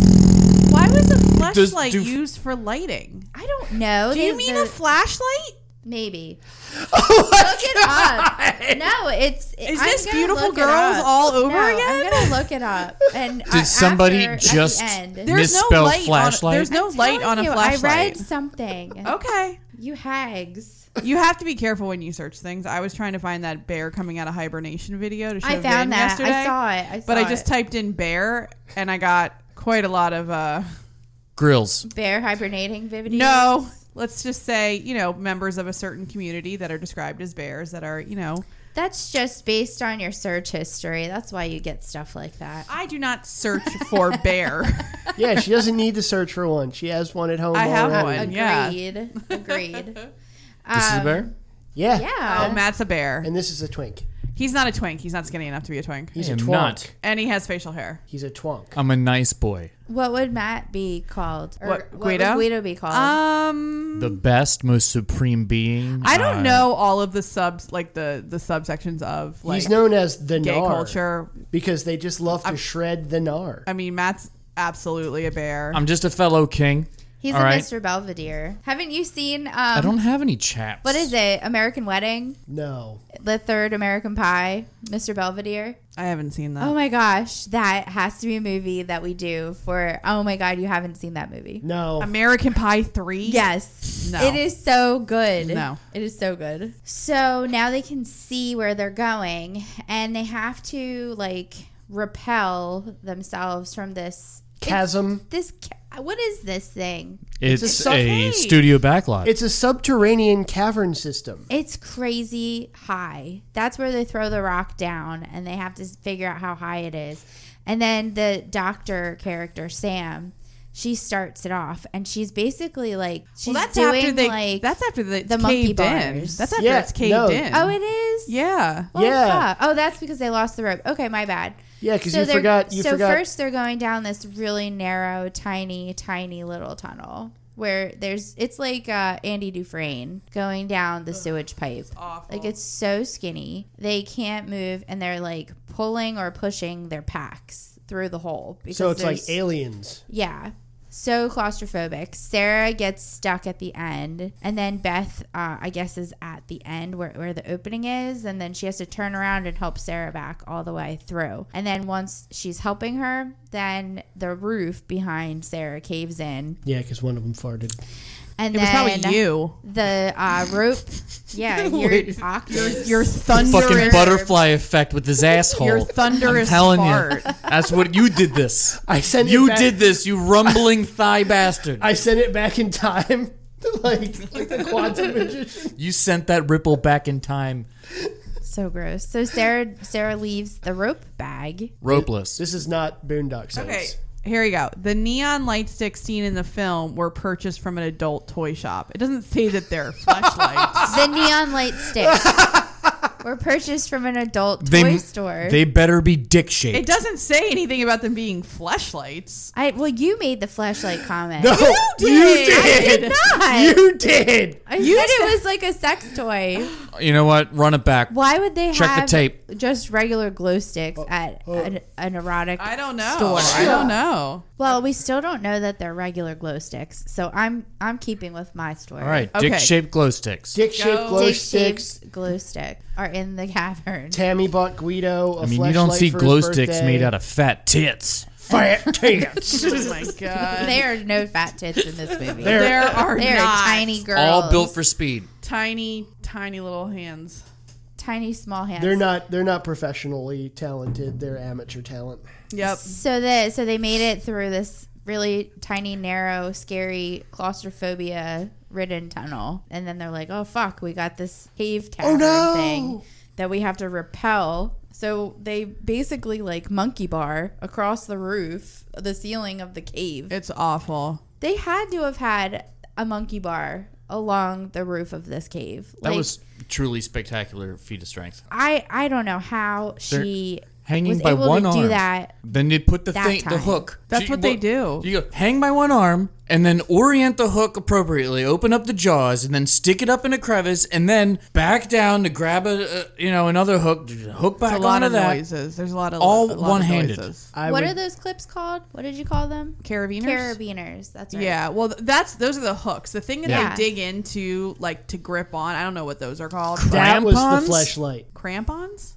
Why was a
Does-
flashlight
do-
used for lighting?
I don't know.
Do you
They-
mean
the-
a flashlight?
maybe? look it up. No, it's.
Is
I'm
this
gonna
beautiful
look it
girls
up.
all over
No,
again?
I'm gonna look it up. And uh,
Did somebody
after- at the
just-
end.
There-
There's no
Misspelled
light
flashlight?
on. There's no
I'm
light on a
telling you,
flashlight. Oh.
I read something.
Okay.
You hags.
You have to be careful when you search things. I was trying to find that bear coming out of hibernation video to show
I found
Vin
that. I
yesterday.
saw it. I
but
saw
I just
it.
typed in bear and I got quite a lot of uh
grills.
Bear hibernating vividly.
no. Let's just say, you know, members of a certain community that are described as bears that are, you know,
That's just based on your search history. That's why you get stuff like that.
I do not search for bear.
Yeah, she doesn't need to search for one. She has one at home.
I have
already.
one.
Agreed.
Yeah.
Agreed.
This is a bear.
Yeah.
Yeah.
Oh, Matt's a bear.
And this is a twink.
He's not a twink. He's not skinny enough to be a twink.
He's a
I am
twonk.
not.
And he has facial hair.
He's a twonk.
Uh,
I'm a nice boy.
What would Matt be called? Or
What,
what,
Guido?
would Guido be called?
Um
The best, most supreme being.
I don't
Uh,
know all of the subs like the the subsections of like
He's known as the
gay
gnar
culture.
because they just love to shred the gnar.
I mean, Matt's absolutely a bear.
I'm just a fellow king.
He's
all
a
right.
Mr. Belvedere. Haven't you seen? Um,
I don't have any chaps.
What is it? American Wedding,
no,
the third American Pie, Mr. Belvedere.
I haven't seen that.
Oh my gosh, that has to be a movie that we do for. Oh my god, you haven't seen that movie?
no.
American Pie Three.
Yes.
No.
It is so good.
No.
It is so good. So now they can see where they're going and they have to like repel themselves from this
Chasm.
this ca- what is this thing?
It's
It's,
a
a,
stockade.
studio backlot.
It's a subterranean cavern system.
It's crazy high. That's where they throw the rock down and they have to figure out how high it is. And then the doctor character Sam she starts it off, and she's basically like she's
Well, that's
doing
after they.
like
that's after the,
the
the
monkey
caved in.
bars.
That's after
Yeah,
it's caved
no.
in.
oh, it is
yeah.
Well,
Yeah.
fuck. Oh, that's because they lost the rope. Okay, my bad.
Yeah, 'cause you
they're-
forgot- you
so
forgot-
first, they're going down this really narrow, tiny, tiny little tunnel where there's it's like uh, Andy Dufresne going down the sewage pipe.
awful.
Like it's so skinny, they can't move, and they're like pulling or pushing their packs through the hole. Because
So it's like
there's-
aliens.
yeah. So claustrophobic. Sarah gets stuck at the end. And then Beth, uh, I guess, is at the end where, where the opening is. And then she has to turn around and help Sarah back all the way through. And then once she's helping her, then the roof behind Sarah caves in.
Yeah, because one of them farted.
And
It was
then
probably you.
the uh, rope. Yeah, your octave.
Your
fucking
thunderous.
butterfly effect with his asshole.
Your thunderous
I'm telling
fart.
you, that's what you did. This
I sent it
you
back-
did this. You rumbling thigh bastard.
I sent it back in time, like, like the quantum magician.
you sent that ripple back in time,
So gross. So Sarah Sarah leaves the rope bag.
ropeless.
This is not Boondock Saints.
Okay. Here we go. The neon light sticks seen in the film were purchased from an adult toy shop. It doesn't say that they're flashlights.
The neon light sticks were purchased from an adult
they,
toy store.
They better be dick
It
shaped.
doesn't say anything about them being flashlights.
I well, you made the flashlight comment.
Oh,
No, you did.
did not.
You did.
I said it was like a sex toy.
You know what? Run it back.
Why would they
Check the
have
tape.
just regular glow sticks
Oh,
at an, an erotic?
I don't know.
Store.
I don't know.
Well, we still don't know that they're regular glow sticks, so I'm I'm keeping with my story.
All right,
Okay.
dick shaped glow sticks.
Dick shaped glow
Dick
sticks.
sticks, glow stick are in the cavern.
Tammy bought Guido. I
I mean, you don't see glow sticks made out
of.
of fat tits.
fat tits.
Oh my god.
There are no fat tits in this movie. They're,
There-
There are not.
tiny girls.
All built for speed.
tiny, tiny little hands.
tiny small hands.
They're not. They're not professionally talented. They're amateur talent.
Yep.
So that so they made it through this really tiny, narrow, scary, claustrophobia ridden tunnel, and then they're like, "Oh fuck, we got this cave tower
no.
thing that we have to repel." So they basically like monkey bar across the roof, the ceiling of the cave.
It's awful.
They had to have had a monkey bar along the roof of this cave.
That
Like,
was truly spectacular feat of strength.
I I don't know how she
Hanging
was
by
able
one
to
arm.
do that.
Then they put the
that
thing, the
time.
hook.
That's
She-
what they
well,
do.
You go hang by one arm and then orient the hook appropriately. Open up the jaws and then stick it up in a crevice and then back down to grab a uh, you know another hook. Hook back
A lot
onto
of
that.
noises. There's a lot of a
All
lot of
one-handed.
noises.
I
what
would,
are those clips called? What did you call them?
Carabiners.
Carabiners. That's right.
Yeah, well, th- that's those are the hooks. The thing that
Yeah.
they dig into, like to grip on. I don't know what those are called.
That was
Crampons?
the flashlight.
Crampons,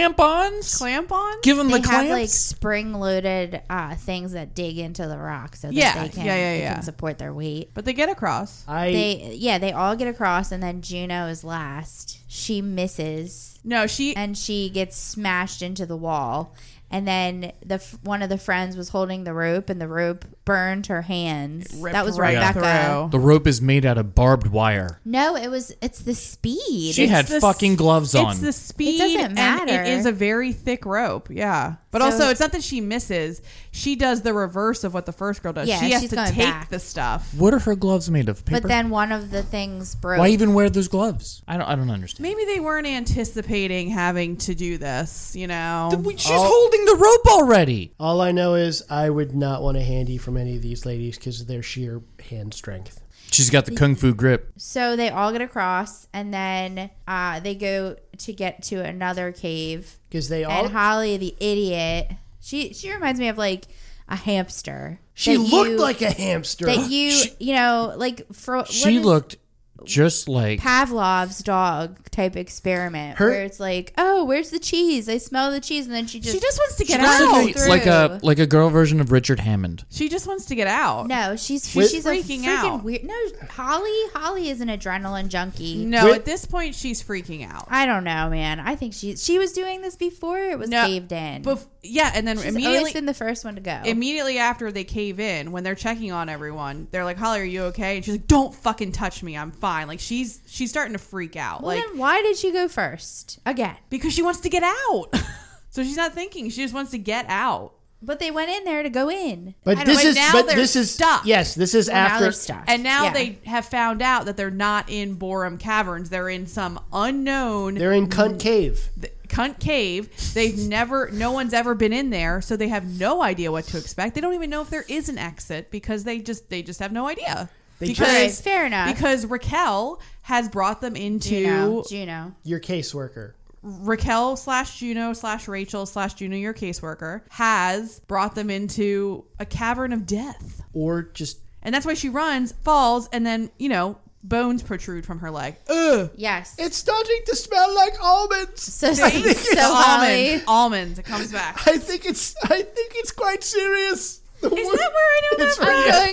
Clamp-ons.
clampons.
Give them
They
the
have
clamps.
like spring-loaded uh, things that dig into the rock so that
Yeah,
they can
yeah, yeah,
they
yeah.
can support their weight.
but they get across.
I
They yeah they all get across and then Juno is last. She misses
No, she.
and she gets smashed into the wall. And then the f- one of the friends was holding the rope and the rope burned her hands.
ripped
That was
right
Rebecca.
through.
the rope is made out of barbed wire.
No, it was it's the speed.
She had
the s-
fucking gloves on.
It's the speed.
doesn't
And
matter.
it is a very thick rope. Yeah. But
So-
also, it's not that she misses. She does the reverse of what the first girl does.
Yeah,
she has
she's
to
going
take
back.
the stuff.
what are her gloves made of? Paper?
but then one of the things broke.
Why even wear those gloves? I don't. I don't understand.
Maybe they weren't anticipating having to do this, you know?
Th- we- She's holding the rope already.
all I know is I would not want a handy from any of these ladies because of their sheer hand strength.
She's got the kung fu grip.
So they all get across, and then uh, they go to get to another cave.
Because they all
And Holly, the idiot, she she reminds me of like a hamster.
she
that
looked
you-
like a hamster.
that you
She-
you know like for what
She
is
looked just like
Pavlov's dog type experiment
Her-
where it's like, oh, where's the cheese? I smell the cheese, and then she just
she just wants to get
She looks
out.
like
It's like a like a girl version of Richard Hammond.
she just wants to get out.
no, she's she's
freaking
a freaking
out.
Weird. No, Holly Holly is an adrenaline junkie.
No,
Wait-
at this point, she's freaking out.
I don't know, man. I think she she was doing this before it was
No,
caved in.
Bef- yeah, and then
She's
immediately
always been the first one to go.
immediately after they cave in, when they're checking on everyone, they're like, "Holly, are you okay?" And she's like, "Don't fucking touch me. I'm fine." Like she's she's starting to freak out,
Well,
like
then why did she go first again?
because she wants to get out. so she's not thinking; she just wants to get out.
But they went in there to go in.
I
but
know,
this
but
is
now
but
they're
this is
stuck.
yes this is
Well, now
after
they're stuck.
And now
Yeah.
they have found out that they're not in Borum Caverns; they're in some unknown
they're in cunt cave.
Mm. th- cunt cave. They've never, no one's ever been in there, so they have no idea what to expect. They don't even know if there is an exit because they just they just have no idea.
They
because
Alright, fair enough.
Because Raquel has brought them into
Juno, Juno.
Your caseworker.
Raquel slash Juno slash Rachel slash Juno, your caseworker, has brought them into a cavern of death,
or just
and that's why she runs, falls, and then you know bones protrude from her leg. Ugh.
Yes.
it's starting to smell like almonds.
so so
It's
Holly.
almonds. Almonds. It comes back.
I think it's I think it's quite serious. Is that where
I know that
I'm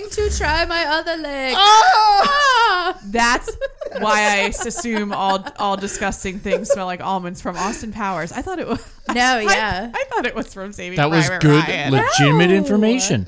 going to try my other leg.
Oh,
Ah! That's why I assume all all disgusting things smell like almonds from Austin Powers. I thought it was
No,
I-
yeah.
I, thought it was from Saving
That was
Private
good,
Ryan.
legitimate
No.
information,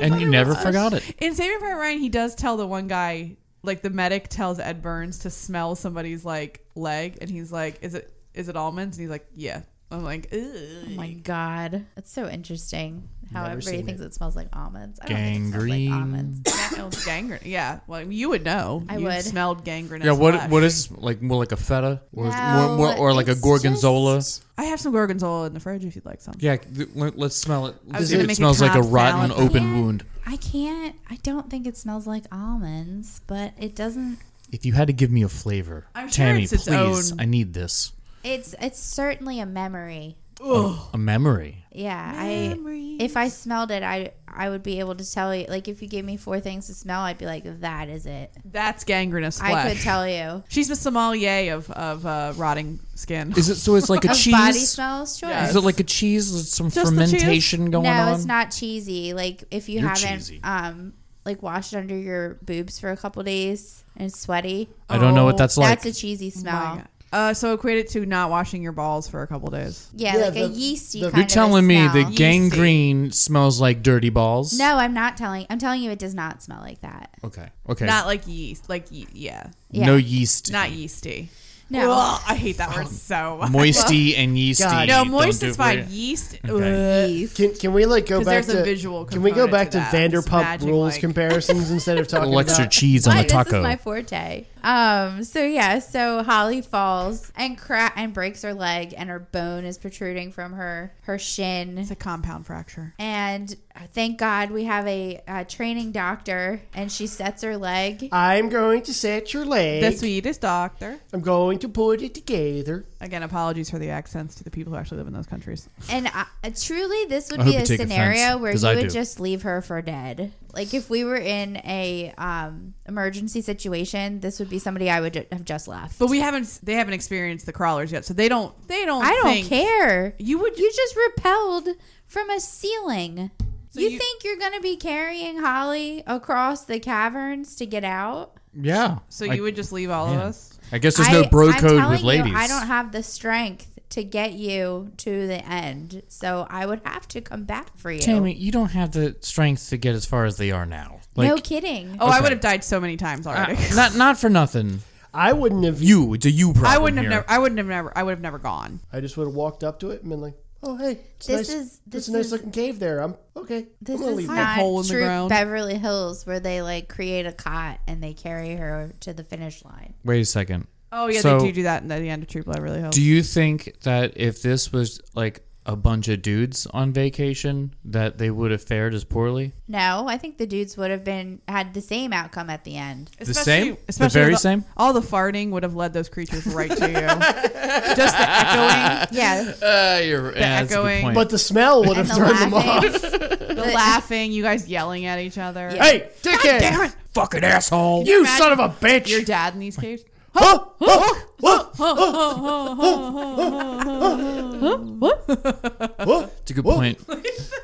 and you never forgot it.
In Saving Private Ryan, he does tell the one guy, like the medic tells Ed Burns to smell somebody's like leg, and he's like, "Is it is it almonds?" And he's like, "Yeah." I'm like,
Oh
Ugh.
my god, that's so interesting. How everybody thinks it. smells like almonds. I don't think it smells
Gangrene.
like almonds.
that smells gangrene. Yeah, well, you would know.
I
you
would.
smelled gangrene.
Yeah,
as
what
flesh.
what is like more like a feta or
No,
more, more, or like a
it's
gorgonzola?
I have some gorgonzola in the fridge if you'd like some.
Yeah, th- let- let's smell it.
I was
Let's see if
gonna
it
make a
smells like a
Cobb
rotten
salad.
open
Yeah.
wound.
I can't. I don't think it smells like almonds, but it doesn't.
If you had to give me a flavor,
I'm sure
Tammy,
it's its
please,
own-
I need this.
It's it's certainly a memory.
A memory.
Yeah, I if I smelled it, I I would be able to tell you. Like if you gave me four things to smell, I'd be like, that is it.
That's gangrenous flesh.
I could tell you.
She's the sommelier of of uh, rotting skin.
Is it so? It's like a
Of
cheese.
body smells, sure.
Yeah.
Is it like a cheese? with Some
Just the cheese?
fermentation going
no,
on?
it's not cheesy. Like if you
You're
haven't
cheesy.
um like washed under your boobs for a couple days and it's sweaty,
I don't know what
Oh,
that's like.
that's a cheesy
My
smell.
God. Uh, so equate it to not washing your balls for a couple days.
Yeah,
Yeah,
like
the-
a yeasty.
the-
kind
You're
of a
telling me
smell.
the gangrene smells like dirty balls?
No, I'm not telling. I'm telling you, it does not smell like that.
Okay. Okay.
Not like yeast, like ye- yeah,
Yeah.
No yeast.
not yeasty.
No.
Ugh, I hate that word so much.
moisty and yeasty.
God.
No,
Don't
moist
do
is
it for
fine.
you.
Yeast.
Okay.
ugh.
Can, can we like go
'Cause
back
there's a
to
visual
Can we go
component to
back to,
that. It's
Vanderpump
magic,
Rules
like-
comparisons instead of
A
talking
little extra
about
cheese on
Why?
the
This is
taco.
my forte. Um. So yeah. So Holly falls and cra- and breaks her leg, and her bone is protruding from her her shin.
It's a compound fracture.
And uh, thank God we have a, uh training doctor, and she sets her leg.
I'm going to set your leg.
The Swedish doctor.
I'm going to put it together.
Again, apologies for the accents to the people who actually live in those countries.
And I, truly, this would
I
be
hope
a
you take
scenario
offense,
where
'cause
you
I
would
do.
just leave her for dead. Like if we were in a um, emergency situation, this would be somebody I would ju- have just left.
But we haven't. They haven't experienced the crawlers yet, so they don't. They don't.
I don't
think-
care.
You would.
You just repelled from a ceiling. you,
you-
think you're gonna be carrying Holly across the caverns to get out?
Yeah.
So
I-
you would just leave all of
yeah.
us.
I guess there's no
I-
bro
I'm
code
telling
with
you,
ladies.
I don't have the strength to get you to the end, so I would have to come back for you.
Tammy, you don't have the strength to get as far as they are now. Like,
no kidding.
Oh, I
Okay.
would have died so many times
uh,
already.
not not for nothing.
I wouldn't have.
You, it's a you problem.
I wouldn't have
here.
never. I wouldn't have never. I would have never gone.
I just would have walked up to it and been like, "Oh, hey, it's
This
nice-
is-
that's
this
a nice
is-
looking cave there. I'm okay.
This
I'm gonna
is
leave. it."
not
Hole in the
true
ground.
Beverly Hills where they like create a cot and they carry her to the finish line.
Wait a second.
Oh yeah,
So-
they do do that in the end of True Blood. Really hope.
Do you think that if this was like a bunch of dudes on vacation, that they would have fared as poorly?
No, I think the dudes would have been had the same outcome at the end.
The same? The very
with all-
same?
All the farting would have led those creatures right to you. Just the echoing,
Yeah,
Uh, you're yeah, that's a good
echoing-
point.
But the smell would have
and the
turned them off.
laughing.
the laughing, you guys yelling at each other.
Yeah.
Hey, dickhead!
Fucking asshole.
You
imagine-
son of a bitch!
Your dad in these caves.
Huh? Huh? Huh? Huh?
That's a good point.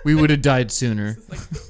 we would have died sooner.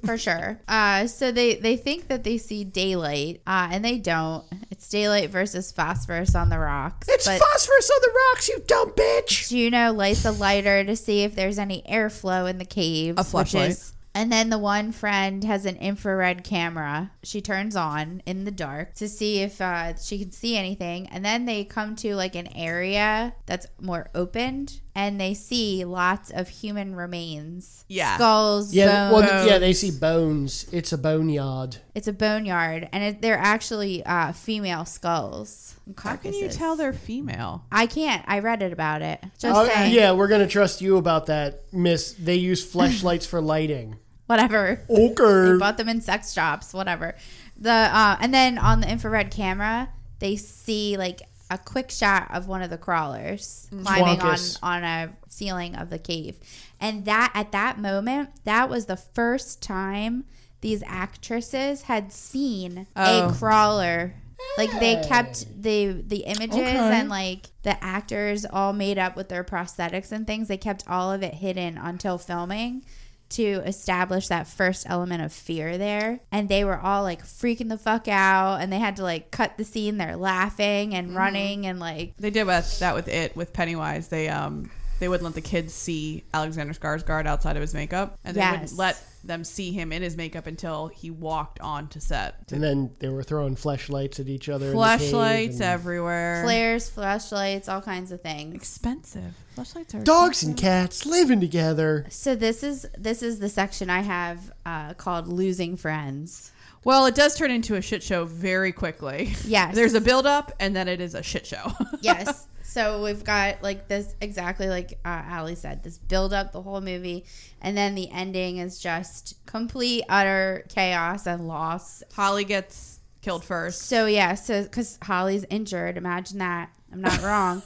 for sure. Uh, so they they think that they see daylight, uh, and they don't. It's daylight versus phosphorus on the rocks.
It's phosphorus on the rocks, you dumb bitch!
Juno lights a lighter to see if there's any airflow in the caves.
A
which
flashlight.
is- and then the one friend has an infrared camera. She turns on in the dark to see if uh, she can see anything. And then they come to like an area that's more opened, and they see lots of human remains.
Yeah.
skulls.
Yeah,
bones.
well, yeah, they see bones. It's a boneyard.
It's a boneyard, and it, they're actually uh, female skulls. and
How can you
carcasses.
tell they're female?
I can't. I read it about it. Just
Oh,
saying.
yeah, we're gonna trust you about that, Miss. They use flashlights for lighting.
Whatever. They
Okay.
bought them in sex shops. Whatever. The uh, and then on the infrared camera, they see like a quick shot of one of the crawlers
Mm.
climbing on
Twonkus.
on a ceiling of the cave, and that at that moment, that was the first time these actresses had seen
Oh.
a crawler Like they kept the the images and like the actors all made up with their prosthetics and things. They kept all of it hidden until filming to establish that first element of fear there. And they were all like freaking the fuck out and they had to like cut the scene. They're laughing and running and like
They did with that with it with Pennywise. They um they wouldn't let the kids see Alexander Skarsgård outside of his makeup, and they
Yes.
wouldn't let them see him in his makeup until he walked on to set.
And then they were throwing flashlights at each other. in the cave
Flashlights
and-
everywhere.
flares, flashlights, all kinds of things.
Expensive. Flashlights are
Dogs and cats living together.
So this is this is the section I have uh, called losing friends.
Well, it does turn into a shit show very quickly.
Yes.
There's a build up and then it is a shit show.
yes. So we've got like this exactly like uh, Ali said, this build up the whole movie, and then the ending is just complete utter chaos and loss.
Holly gets killed first.
So yeah, so because Holly's injured, imagine that, I'm not wrong.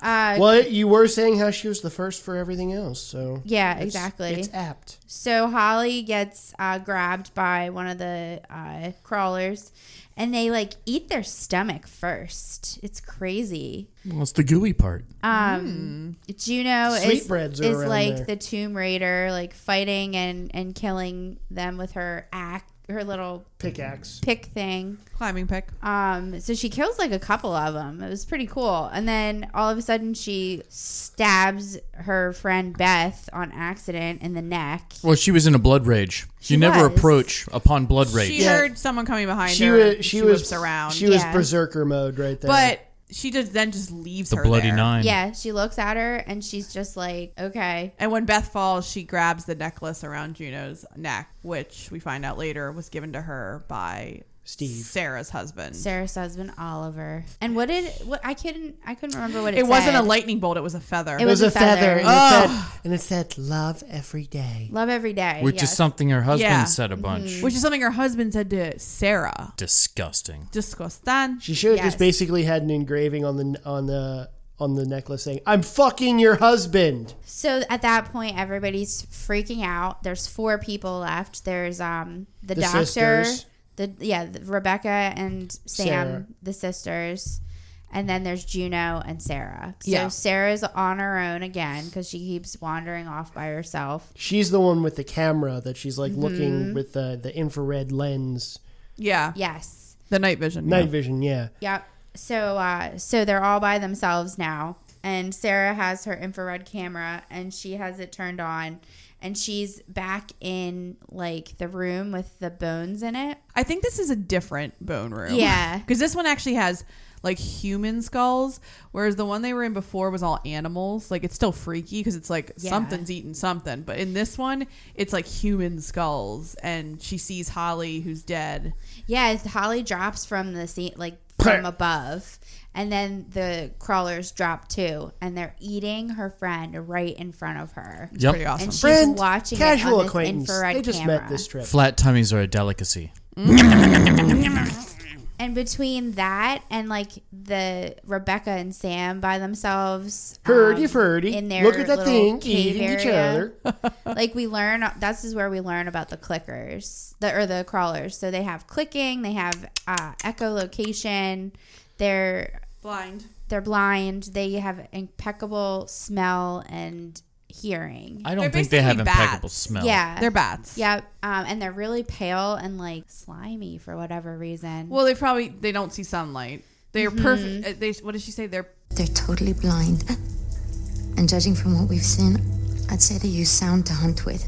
uh,
Well, you were saying how she was the first for everything else, so
yeah,
it's-
exactly.
It's apt.
So Holly gets uh, grabbed by one of the uh, crawlers, and they like eat their stomach first. It's crazy.
Well, it's the gooey part.
Uh,
Um, Juno is,
Sweetbreads are
is
around
like
there.
the Tomb Raider, like fighting and and killing them with her act, her little
Pickaxe.
pick thing.
Climbing pick.
Um, so she kills like a couple of them. It was pretty cool. And then all of a sudden, she stabs her friend Beth on accident in the neck.
Well, she was in a blood rage.
She
you never
was.
approach upon blood rage.
She
Yeah.
heard someone coming behind
She
her.
was.
and
She, was
whips around.
She was
Yeah.
berserker mode right there.
but she just then just leaves
the
her
bloody
there.
nine.
Yeah, she looks at her and she's just like, okay.
And when Beth falls, she grabs the necklace around Juno's neck, which we find out later was given to her by
Steve.
Sarah's husband.
Sarah's husband Oliver. And what did what I couldn't I couldn't remember what it,
it wasn't a
said.
lightning bolt; it was a feather.
It
it was a feather, and, it said, and it said "love every day."
love every day.
Which
yes.
is something her husband
Yeah. Mm-hmm.
said a bunch.
which is something her husband said to Sarah.
Disgusting.
Disgustan.
She should have
Yes.
just basically had an engraving on the on the on the necklace saying, "I'm fucking your husband."
So at that point, everybody's freaking out. There's four people left. There's um the,
The
doctor,
sisters.
the yeah the- Rebecca and Sam,
Sarah.
the sisters, and then there's Juno and Sarah. So
Yeah.
Sarah's on her own again because she keeps wandering off by herself.
She's the one with the camera that she's like
Mm-hmm.
looking with the the infrared lens,
Yeah.
Yes.
the night vision.
night vision. Yeah,
Yep. So uh so they're all by themselves now and Sarah has her infrared camera and she has it turned on and she's back in like the room with the bones in it.
I think this is a different bone room.
Yeah.
Because this one actually has like human skulls, whereas the one they were in before was all animals. Like it's still freaky because it's like
Yeah.
something's eating something. But in this one, it's like human skulls. And she sees Holly, who's dead.
Yeah, it's- Holly drops from the scene like from above and then the crawlers drop too and they're eating her friend right in front of her.
Yep.
Pretty awesome.
And she's
friend,
watching it
casual
on this
acquaintance.
infrared
They just
camera.
met this trip.
Flat tummies are a delicacy.
And between that and like the Rebecca and Sam by themselves,
Hurdy
um,
furdy,
in their
look at that
little
thing
cave
eating each
area.
other.
like we learn, this is where we learn about the clickers, the or the crawlers. So they have clicking, they have uh, echolocation, they're
Blind.
they're blind, they have impeccable smell and hearing.
I don't
They're
think they have
basically bats.
impeccable smell.
yeah,
They're bats.
Yep, um, and they're really pale and like slimy for whatever reason.
Well, they probably they don't see sunlight. They're
Mm-hmm.
perfect. uh, They what does she say? They're
They're totally blind. And judging from what we've seen, I'd say they use sound to hunt with,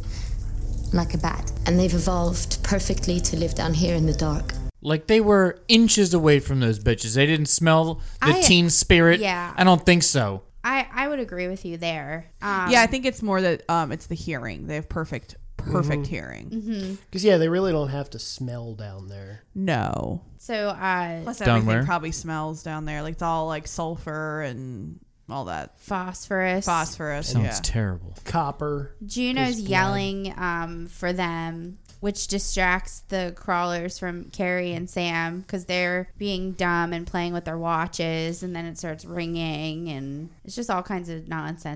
like a bat. And they've evolved perfectly to live down here in the dark.
Like they were inches away from those bitches. They didn't smell the
I-
teen spirit.
yeah.
I don't think so.
I I would agree with you there. Um,
yeah. I think it's more that um it's the hearing. They have perfect perfect hearing.
Mm-hmm.
Because yeah, they really don't have to smell down there.
No.
So uh,
Plus
Down
everything
where?
probably smells down there. Like it's all like sulfur and all that
phosphorus.
phosphorus.
Sounds
yeah.
terrible.
Copper.
Juno's yelling um, for them, which distracts the crawlers from Carrie and Sam because they're being dumb and playing with their watches, and then it starts ringing, and it's just all kinds of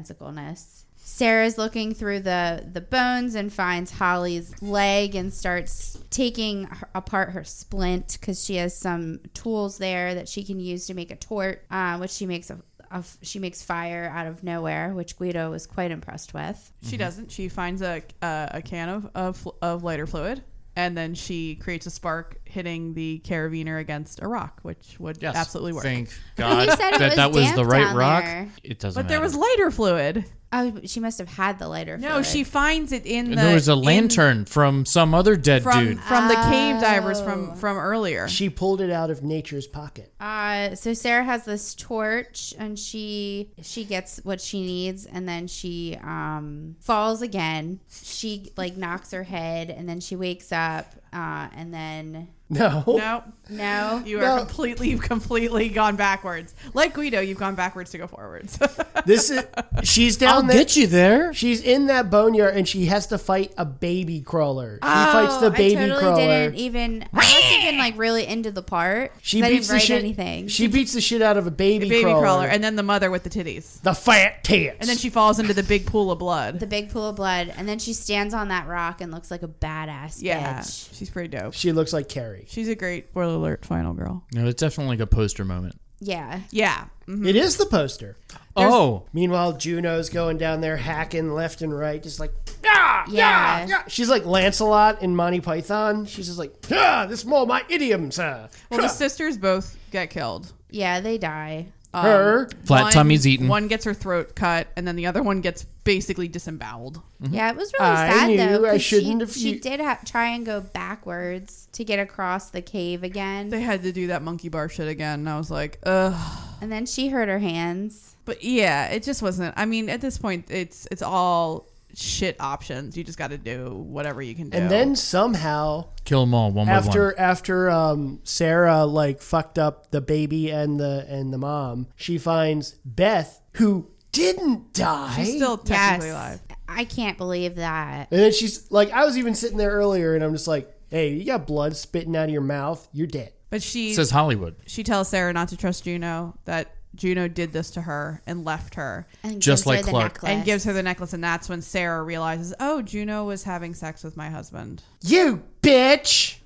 nonsensicalness. Sarah's looking through the, the bones and finds Holly's leg and starts taking her, apart her splint because she has some tools there that she can use to make a tort, uh, which she makes a, a she makes fire out of nowhere, which Guido was quite impressed with.
mm-hmm.
She doesn't. She finds a a, a can of, of fl- of lighter fluid, and then she creates a spark hitting the carabiner against a rock, which would
Yes.
absolutely work.
Thank God
you said it
that
was
that was the
damp
right
down
rock.
there.
It doesn't.
but there was
matter.
lighter fluid.
Oh, she must have had the lighter.
No,
fluid.
she finds it in the.
And there was a
in-
lantern from some other dead
from
dude.
from the cave divers from from earlier.
She pulled it out of nature's pocket.
Uh, so Sarah has this torch, and she she gets what she needs, and then she um falls again. She like knocks her head, and then she wakes up, uh, and then
No.
No,
No.
you are
No.
completely, completely gone backwards. Like Guido, you've gone backwards to go forwards.
This is she's down
I'll
there.
get you there.
She's in that boneyard and she has to fight a baby crawler. She fights
Oh,
the baby
I totally
crawler.
didn't even. I wasn't even like really into the part. 'cause
She
I
beats
didn't
the
write
shit.
anything.
She beats the shit out of a baby,
Baby
crawler,
crawler. and then the mother with the titties,
the fat tits.
and then she falls into the big pool of blood.
the big pool of blood, and then she stands on that rock and looks like a badass
yeah,
bitch.
she's pretty dope.
she looks like Carrie.
She's a great spoiler alert final girl.
No, it's definitely like a poster moment.
Yeah.
Yeah,
Mm-hmm.
Mhm.
It is the poster.
oh,
Meanwhile, Juno's going down there hacking left and right, just like "Ah,
Yeah.
yeah. She's like Lancelot in Monty Python. She's just like ah, this more my idioms. Uh.
Well, the sisters both get killed.
Yeah, they die.
um,
Her
flat
One-
tummy's eaten.
One gets her throat cut, and then the other one gets basically disemboweled.
Yeah, it was really
I
sad
knew
though.
I
'cause
shouldn't
she,
have-
she
you-
did ha- try and go backwards to get across the cave again,
They had to do that monkey bar shit again, and I was like, ugh.
and then she hurt her hands.
But yeah, it just wasn't. I mean, at this point, it's it's all shit options. You just got to do whatever you can do.
and then somehow
Kill them all one by
after
one.
after um, Sarah like fucked up the baby and the and the mom, she finds Beth who didn't die.
she's still
Yes,
technically alive.
I can't believe that.
And then she's like, I was even sitting there earlier, and I'm just like, hey, you got blood spitting out of your mouth. You're dead.
But she
It says Hollywood.
she tells Sarah not to trust Juno. That Juno did this to her and left her,
And
Just
gives
like
her the
Clark.
necklace.
and gives her the necklace. And that's when Sarah realizes, oh, Juno was having sex with my husband.
You bitch.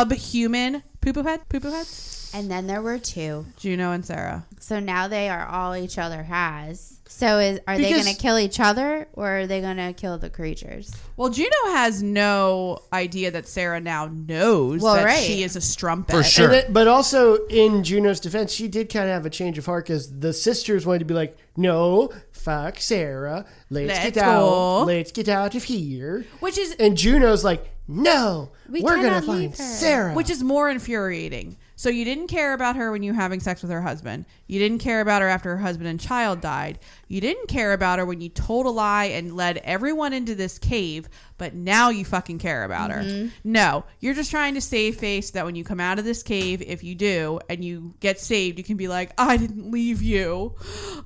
Subhuman poo poo head, poo poo heads.
and then there were two.
Juno and Sarah.
So now they are all each other has. So is are they
Because-
going to kill each other or are they going to kill the creatures?
Well, Juno has no idea that Sarah now knows
Well,
that
right.
she is a strumpet.
For sure.
And then- but also in Juno's defense, she did kind of have a change of heart because the sisters wanted to be like, no, fuck Sarah. Let's,
Let's
get out.
go."
Let's get out of here.
Which is
And Juno's like, no,
We
we are going to
cannot leave
find
her."
Sarah.
Which is more infuriating. So you didn't care about her when you were having sex with her husband. You didn't care about her after her husband and child died. You didn't care about her when you told a lie and led everyone into this cave, but now you fucking care about her. No, you're just trying to save face that when you come out of this cave, if you do and you get saved, you can be like, I didn't leave you.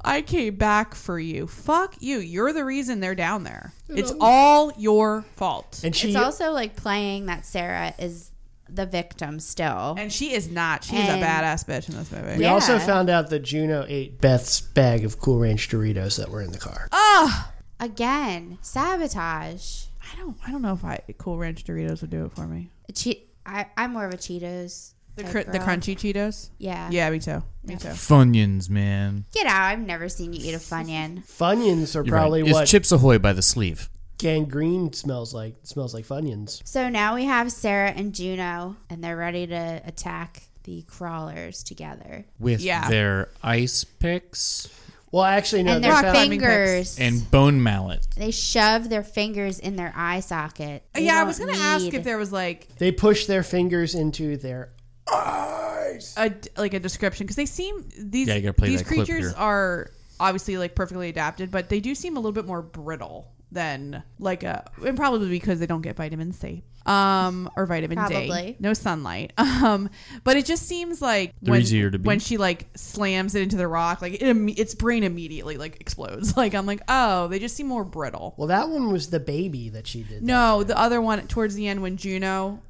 I came back for you. Fuck you. You're the reason they're down there. It's all your fault.
and she
It's also like playing that Sarah is the victim still.
And she is not. She's a
And-
badass bitch in this movie.
we also
Yeah.
found out that Juno ate Beth's bag of Cool Ranch Doritos that were in the car.
Oh. Again, sabotage.
I don't. I don't know if I Cool Ranch Doritos would do it for me.
A Che- I, I'm more of a Cheetos.
The
type
cr- the
girl.
crunchy Cheetos.
Yeah.
Yeah, me too. Me too.
Funyuns, man.
Get out. I've never seen you eat a Funyun.
Funyuns are
You're
probably
right.
what
It's Chips Ahoy by the sleeve.
gangrene smells like. It smells like Funyuns.
so now we have Sarah and Juno, and they're ready to attack the crawlers together.
with
Yeah.
their ice picks
Well, actually, no.
and
they
their
found-
climbing picks.
fingers.
and bone mallets.
They shove their fingers in their eye socket. They
Uh, yeah, I
don't
was gonna ask
need-
if there was like
They push their fingers into their eyes.
a d- like a description because they seem these
Yeah, you gotta play
these
that clip
creatures
here.
are obviously like perfectly adapted, but they do seem a little bit more brittle than like a and probably because they don't get vitamin C. Um, or vitamin D,
Probably.
no sunlight. Um, but it just seems like
They're easier to beat.
when she like slams it into the rock, like it, imme- its brain immediately like explodes. Like I'm like, oh, they just seem more brittle.
Well, that one was the baby that she did.
No, the other one towards the end when Juno,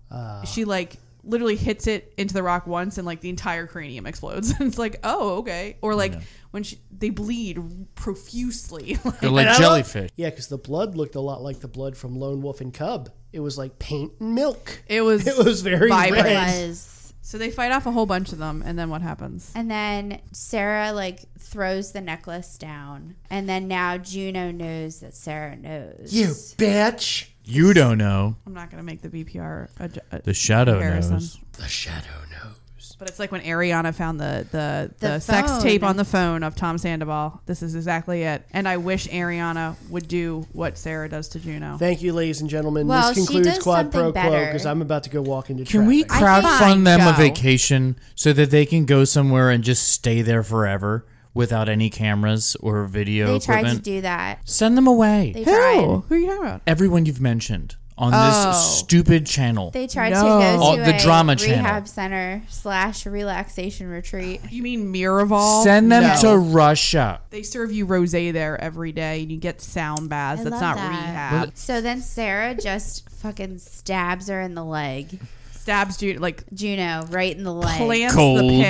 she like literally hits it into the rock once and like the entire cranium explodes. and it's like, oh, okay. Or like when she, they bleed profusely.
They're
like,
like jellyfish.
Yeah, because the blood looked a lot like the blood from Lone Wolf and Cub. It was like paint and milk.
it was.
It was very
vibrant.
red.
was.
So they fight off a whole bunch of them, and then what happens?
And then Sarah like throws the necklace down, and then now Juno knows that Sarah knows.
You bitch.
You don't know.
I'm not gonna make the VPR. A, a
The shadow
comparison.
knows.
The shadow knows.
But it's like when Ariana found the the, the,
The
sex
phone.
tape on the phone of Tom Sandoval. This is exactly it. And I wish Ariana would do what Sarah does to Juno.
Thank you, ladies and gentlemen.
Well,
this
she
concludes
does
Quad
something
Pro Quo
better.
because I'm about to go walk into
Can we
traffic.
Fine,
crowdfund them a
Joe.
vacation so that they can go somewhere and just stay there forever without any cameras or video
They tried
equipment?
to do that.
Send them away.
They
Who?
tried.
Who are you talking about?
Everyone you've mentioned, on this stupid channel.
Oh. They tried
No.
to go
Oh,
to
the
a
drama channel.
rehab center slash relaxation retreat.
You mean Miraval?
Send them
No.
to Russia.
They serve you rosé there every day, and you get sound baths.
I
That's
love
not
that.
rehab.
So then Sarah just fucking stabs her in the leg.
Stabs you like
Juno, right in the leg.
plants the pick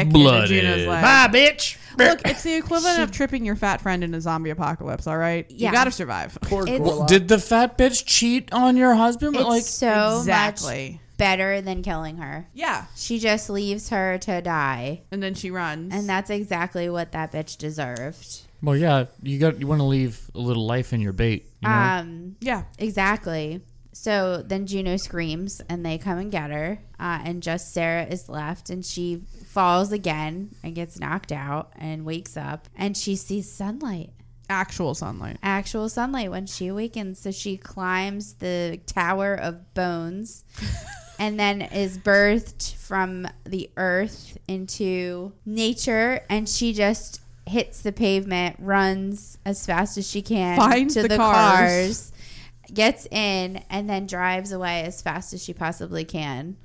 Cold-blooded.
in Regina's leg.
Bye, bitch.
Look, it's the equivalent of tripping your fat friend in a zombie apocalypse. All right,
Yeah.
you got to survive.
It's-
Did the fat bitch cheat on your husband?
It's
like,
so
exactly.
much better than killing her.
Yeah,
She just leaves her to die.
and then she runs.
And that's exactly what that bitch deserved.
well, yeah, you got you want to leave a little life in your bait. You know?
Um,
yeah,
exactly. So then Juno screams and they come and get her. Uh, and just Sarah is left and she falls again and gets knocked out and wakes up and she sees sunlight.
actual sunlight.
actual sunlight when she awakens. So she climbs the Tower of Bones and then is birthed from the earth into nature. And she just hits the pavement, runs as fast as she can
Finds
to
the
the,
cars.
cars. Gets in and then drives away as fast as she possibly can.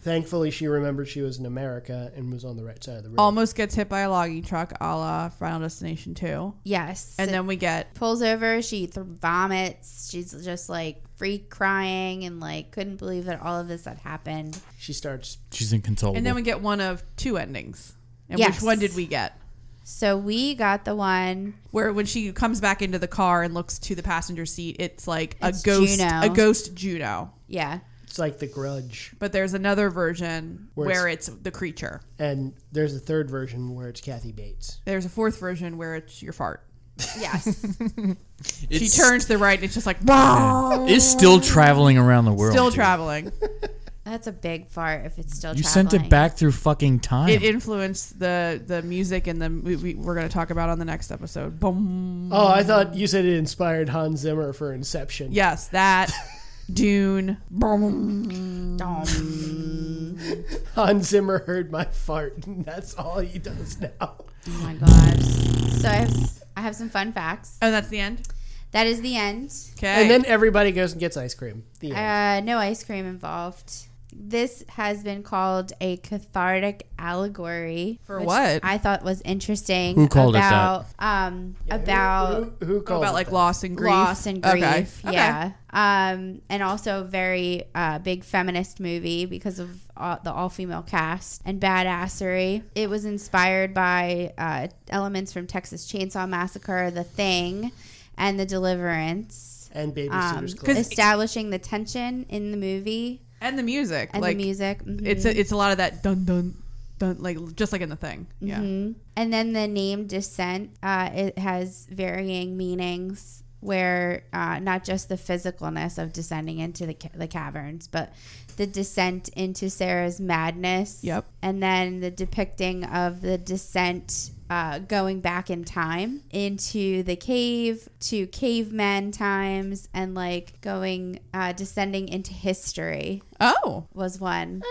Thankfully, she remembered she was in America and was on the right side of the road.
Um,
Almost gets hit by a logging truck, a la Final Destination Two.
Yes.
And then we get
pulls over. She th- vomits. She's just like freak crying and like couldn't believe that all of this had happened.
she starts.
She's inconsolable.
And then we get one of two endings. And
Yes.
which one did we get?
So we got the one.
Where when she comes back into the car and looks to the passenger seat, it's like a
It's
ghost,
Juno.
a ghost Juno.
Yeah.
It's like the grudge.
But there's another version
Where
where, it's, the creature.
And there's a third version where it's Kathy Bates.
There's a fourth version where it's your fart.
Yes.
She
It's-
turns the right and it's just like "Wow."
It's still traveling around the world.
still
dude.
traveling.
That's a big fart if it's still
You
traveling.
sent it back through fucking time.
It influenced the the music and the movie we're going to talk about on the next episode.
Mm.
Boom.
Oh, I thought you said it inspired Hans Zimmer for Inception.
Yes, that Dune. Boom.
Dom.
Hans Zimmer heard my fart, and that's all he does now.
Oh my gosh. So I have, I have some fun facts.
And that's the end.
That is the end.
Okay.
And then everybody goes and gets ice cream. The end.
Uh, no ice cream involved. This has been called a cathartic allegory.
For
which
what?
I thought was interesting.
Who called it
about, it Um, about
who, who called
about
it
like
that?
loss and grief.
loss and grief.
Okay. Okay.
Yeah. Um, and also a very uh, big feminist movie because of uh, the all female cast and badassery. It was inspired by uh, elements from Texas Chainsaw Massacre, The Thing, and The Deliverance,
and
um,
babysitters club.
establishing the tension in the movie
And the music.
and
like
the music. Mhm.
it's a, it's a lot of that dun dun dun like just like in the thing. Yeah.
Mhm. And then the name descent, uh, it has varying meanings where uh, not just the physicalness of descending into the, ca- the caverns, but the descent into Sarah's madness.
Yep.
And then the depicting of the descent. Uh, going back in time into the cave to caveman times and like going uh, descending into history
Oh,
was one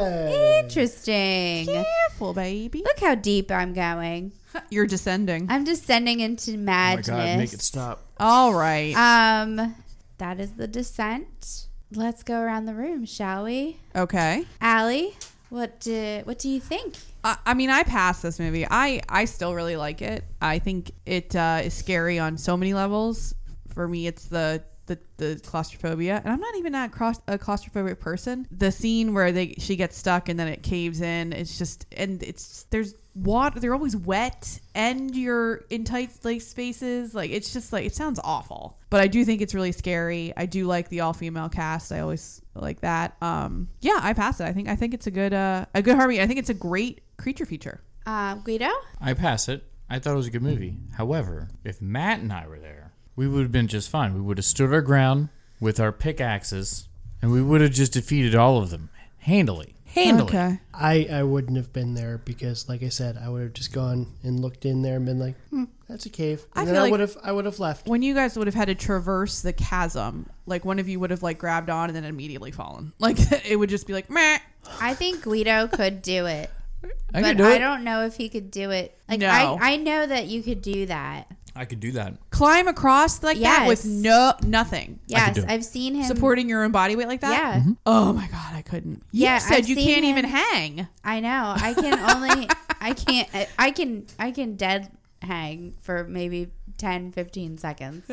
Hey.
interesting
careful, baby.
look how deep i'm going
You're descending.
I'm descending
Oh
into madness.
stop.
All right.
Um, that is the descent. Let's go around the room, shall we?
okay.
Allie, what do what do you think?
I, I mean, I passed this movie. I I still really like it. I think it uh, is scary on so many levels. For me, it's the the, the claustrophobia, and I'm not even that claus- a claustrophobic person. The scene where they she gets stuck and then it caves in. It's just and it's there's water. They're always wet, and you're in tight like spaces. Like it's just like it sounds awful, but I do think it's really scary. I do like the all female cast. I always like that. Um, yeah, I pass it. I think I think it's a good uh, a good harmony. I think it's a great creature feature.
Uh, Guido,
I pass it. I thought it was a good movie. However, if Matt and I were there, we would have been just fine. We would have stood our ground with our pickaxes, and we would have just defeated all of them handily. Handily.
I, I wouldn't have been there because, like I said, I would have just gone and looked in there and been like, hmm, "That's a cave." And
I
then
feel
I
like-
would have I would have left.
When you guys would have had to traverse the chasm, like one of you would have like grabbed on and then immediately fallen. Like it would just be like meh.
I think Guido could do it,
I
but
could do
I
it.
don't know if he could do it. Like
No.
I, I know that you could do that.
I could do that.
Climb across like that with
Yes.
no nothing.
Yes,
do it.
I've seen him.
Supporting your own body weight like that.
Yeah,
Mm-hmm.
Oh my god, I couldn't. You
Yeah,
said
I've
you
seen
can't even
him.
hang.
I know. I can only. I can't. I can. I can dead hang for maybe 10, 15 seconds,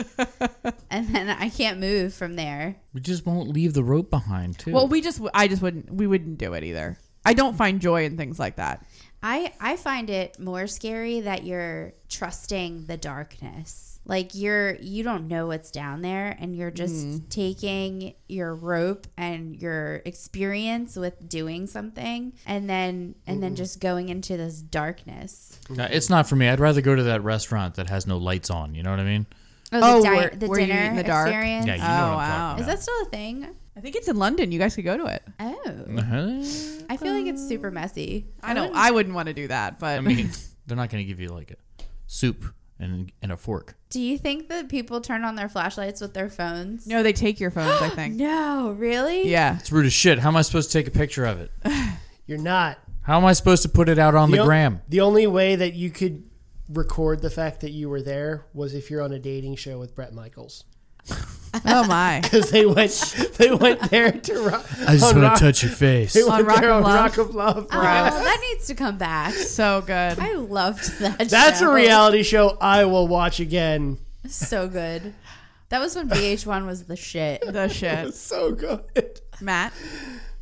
and then I can't move from there.
We just won't leave the rope behind, too.
Well, we just I just wouldn't we wouldn't do it either. I don't find joy in things like that.
I I find it more scary that you're trusting the darkness. Like you're you don't know what's down there and you're just
Mm-hmm.
taking your rope and your experience with doing something and then and
Mm-hmm.
then just going into this darkness.
Uh, it's not for me. I'd rather go to that restaurant that has no lights on. You know what I mean?
Oh,
the, di-
where-
the
where you eat
dinner
in the dark?
experience.
Yeah, you know
Oh, wow.
what I'm talking
Is that still a thing?
I think it's in London. You guys could go to it.
Oh.
about.
I feel like it's super messy.
Um, I know I wouldn't want to do that, but
I mean, they're not going to give you like a soup and and a fork.
Do you think that people turn on their flashlights with their phones?
no, they take your phones. I think.
No, really?
Yeah.
It's rude as shit. How am I supposed to take a picture of it?
You're not.
How am I supposed to put it out on the
o-
gram?
The only way that you could record the fact that you were there was if you're on a dating show with Brett Michaels.
Oh my.
Because they went, they went there to rock.
I just
on
want
Rock-
to touch your face.
They went
On Rock
there
of
on
Love?
Rock of Love.
Oh, that needs to come back.
So good.
I loved that.
That's a
show.
reality show I will watch again.
So good. That was when VH1 was the shit.
The shit.
So good.
Matt,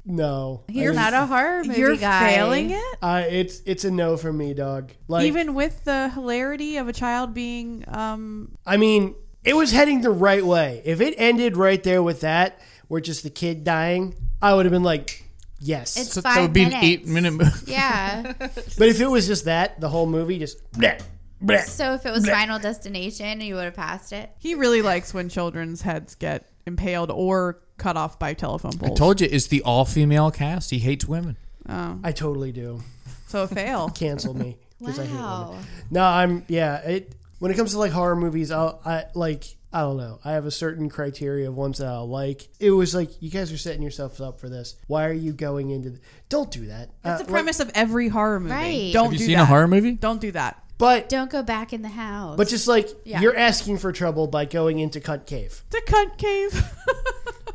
No,
You're not a horror movie
you're
guy.
failing it?
uh, it's it's a no from me, dog. Like
Even with the hilarity of a child being um
I mean, it was heading the right way. If it ended right there with that, where just the kid dying, I would have been like, yes.
It's
So
five
that would be
minutes.
an eight minute movie.
Yeah.
but if it was just that, the whole movie just bleh, bleh.
So if it was Final Destination, you would have passed it.
he really likes when children's heads get impaled or cut off by telephone
I
poles.
told you, it's the all female cast. He hates women.
I totally do.
so a fail.
Cancel me because I hate women.
Wow.
No, I'm yeah. It when it comes to like horror movies, I'll I like I don't know. I have a certain criteria of ones that I'll like. It was like you guys are setting yourselves up for this. Why are you going into? th- don't do that.
That's
Uh,
the premise of every horror movie.
Right.
Don't
Have you
do
seen
that.
a horror movie?
Don't do that.
but
Don't go back in the house.
but just like
Yeah.
you're asking for trouble by going into cunt cave.
The cunt cave.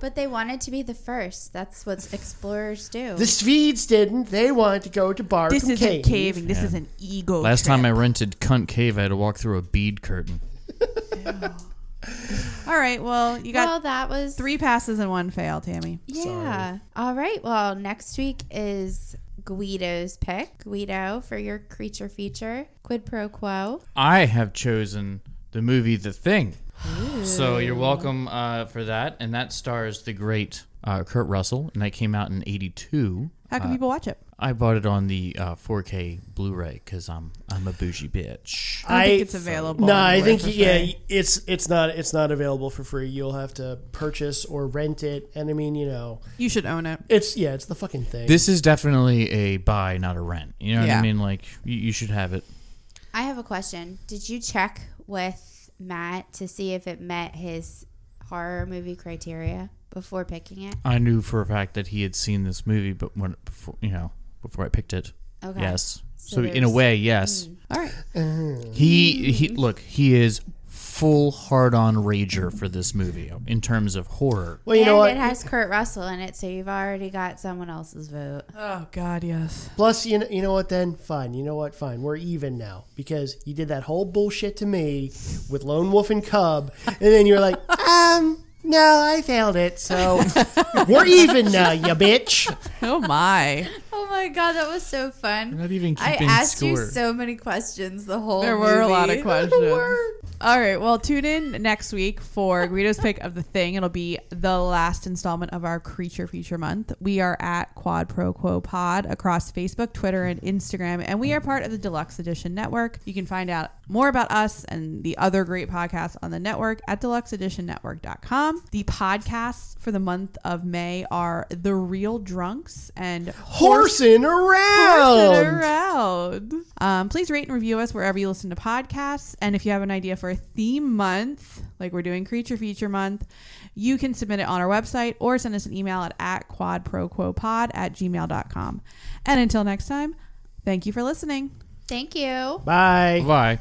But they wanted to be the first. That's what explorers do.
The Swedes didn't. They wanted to go to Barkham
this isn't
Cave.
caving. This is an ego.
Last
trip.
time I rented Cunt Cave, I had to walk through a bead curtain.
All right. Well, you got
well, that was
three passes and one fail, Tammy.
Yeah. All right. Well, next week is Guido's pick. Guido for your creature feature. Quid pro quo.
I have chosen the movie The Thing. So you're welcome uh, for that. And that stars the great uh, Kurt Russell. And that came out in 82.
How can people watch it?
I bought it on the uh, 4K Blu-ray because I'm I'm a bougie bitch.
I,
I
think it's available.
No, I
anywhere
think
for
yeah,
free.
it's it's not it's not available for free. You'll have to purchase or rent it. And I mean, you know,
you should own it.
it's yeah, it's the fucking thing.
This is definitely a buy, not a rent. You know what
Yeah.
I mean? Like you, you should have it.
I have a question. Did you check with Matt to see if it met his horror movie criteria before picking it?
I knew for a fact that he had seen this movie, but when before you know before I picked it,
Okay.
yes.
So
So, in a
there's-
way, yes.
All right.
He he. Look, he is full hard on rager for this movie in terms of horror.
well, you know
and
what?
it has Kurt Russell in it, so you've already got someone else's vote.
Oh God, yes.
Plus, you know, you know what? Then fine. You know what? Fine. We're even now because you did that whole bullshit to me with Lone Wolf and Cub, and then you're like, um, no, I failed it. So we're even now, you bitch.
Oh my.
Oh my god, that was so fun.
not even
I
keeping
asked you
score.
so many questions the whole
There were a lot of
movie.
questions. All right. Well, tune in next week for Guido's pick of the thing. It'll be the last installment of our Creature Feature Month. We are at Quad Pro Quo Pod across Facebook, Twitter, and Instagram, and we are part of the Deluxe Edition Network. You can find out more about us and the other great podcasts on the network at deluxeeditionnetwork.com. The podcasts for the month of May are The Real Drunks and
Horsing
Horsing
around.
around. Um, please rate and review us wherever you listen to podcasts. And if you have an idea for a theme month, like we're doing Creature Feature Month, you can submit it on our website or send us an email at, at quadproquopod at gmail.com. And until next time, thank you for listening.
Thank you.
Bye.
Bye.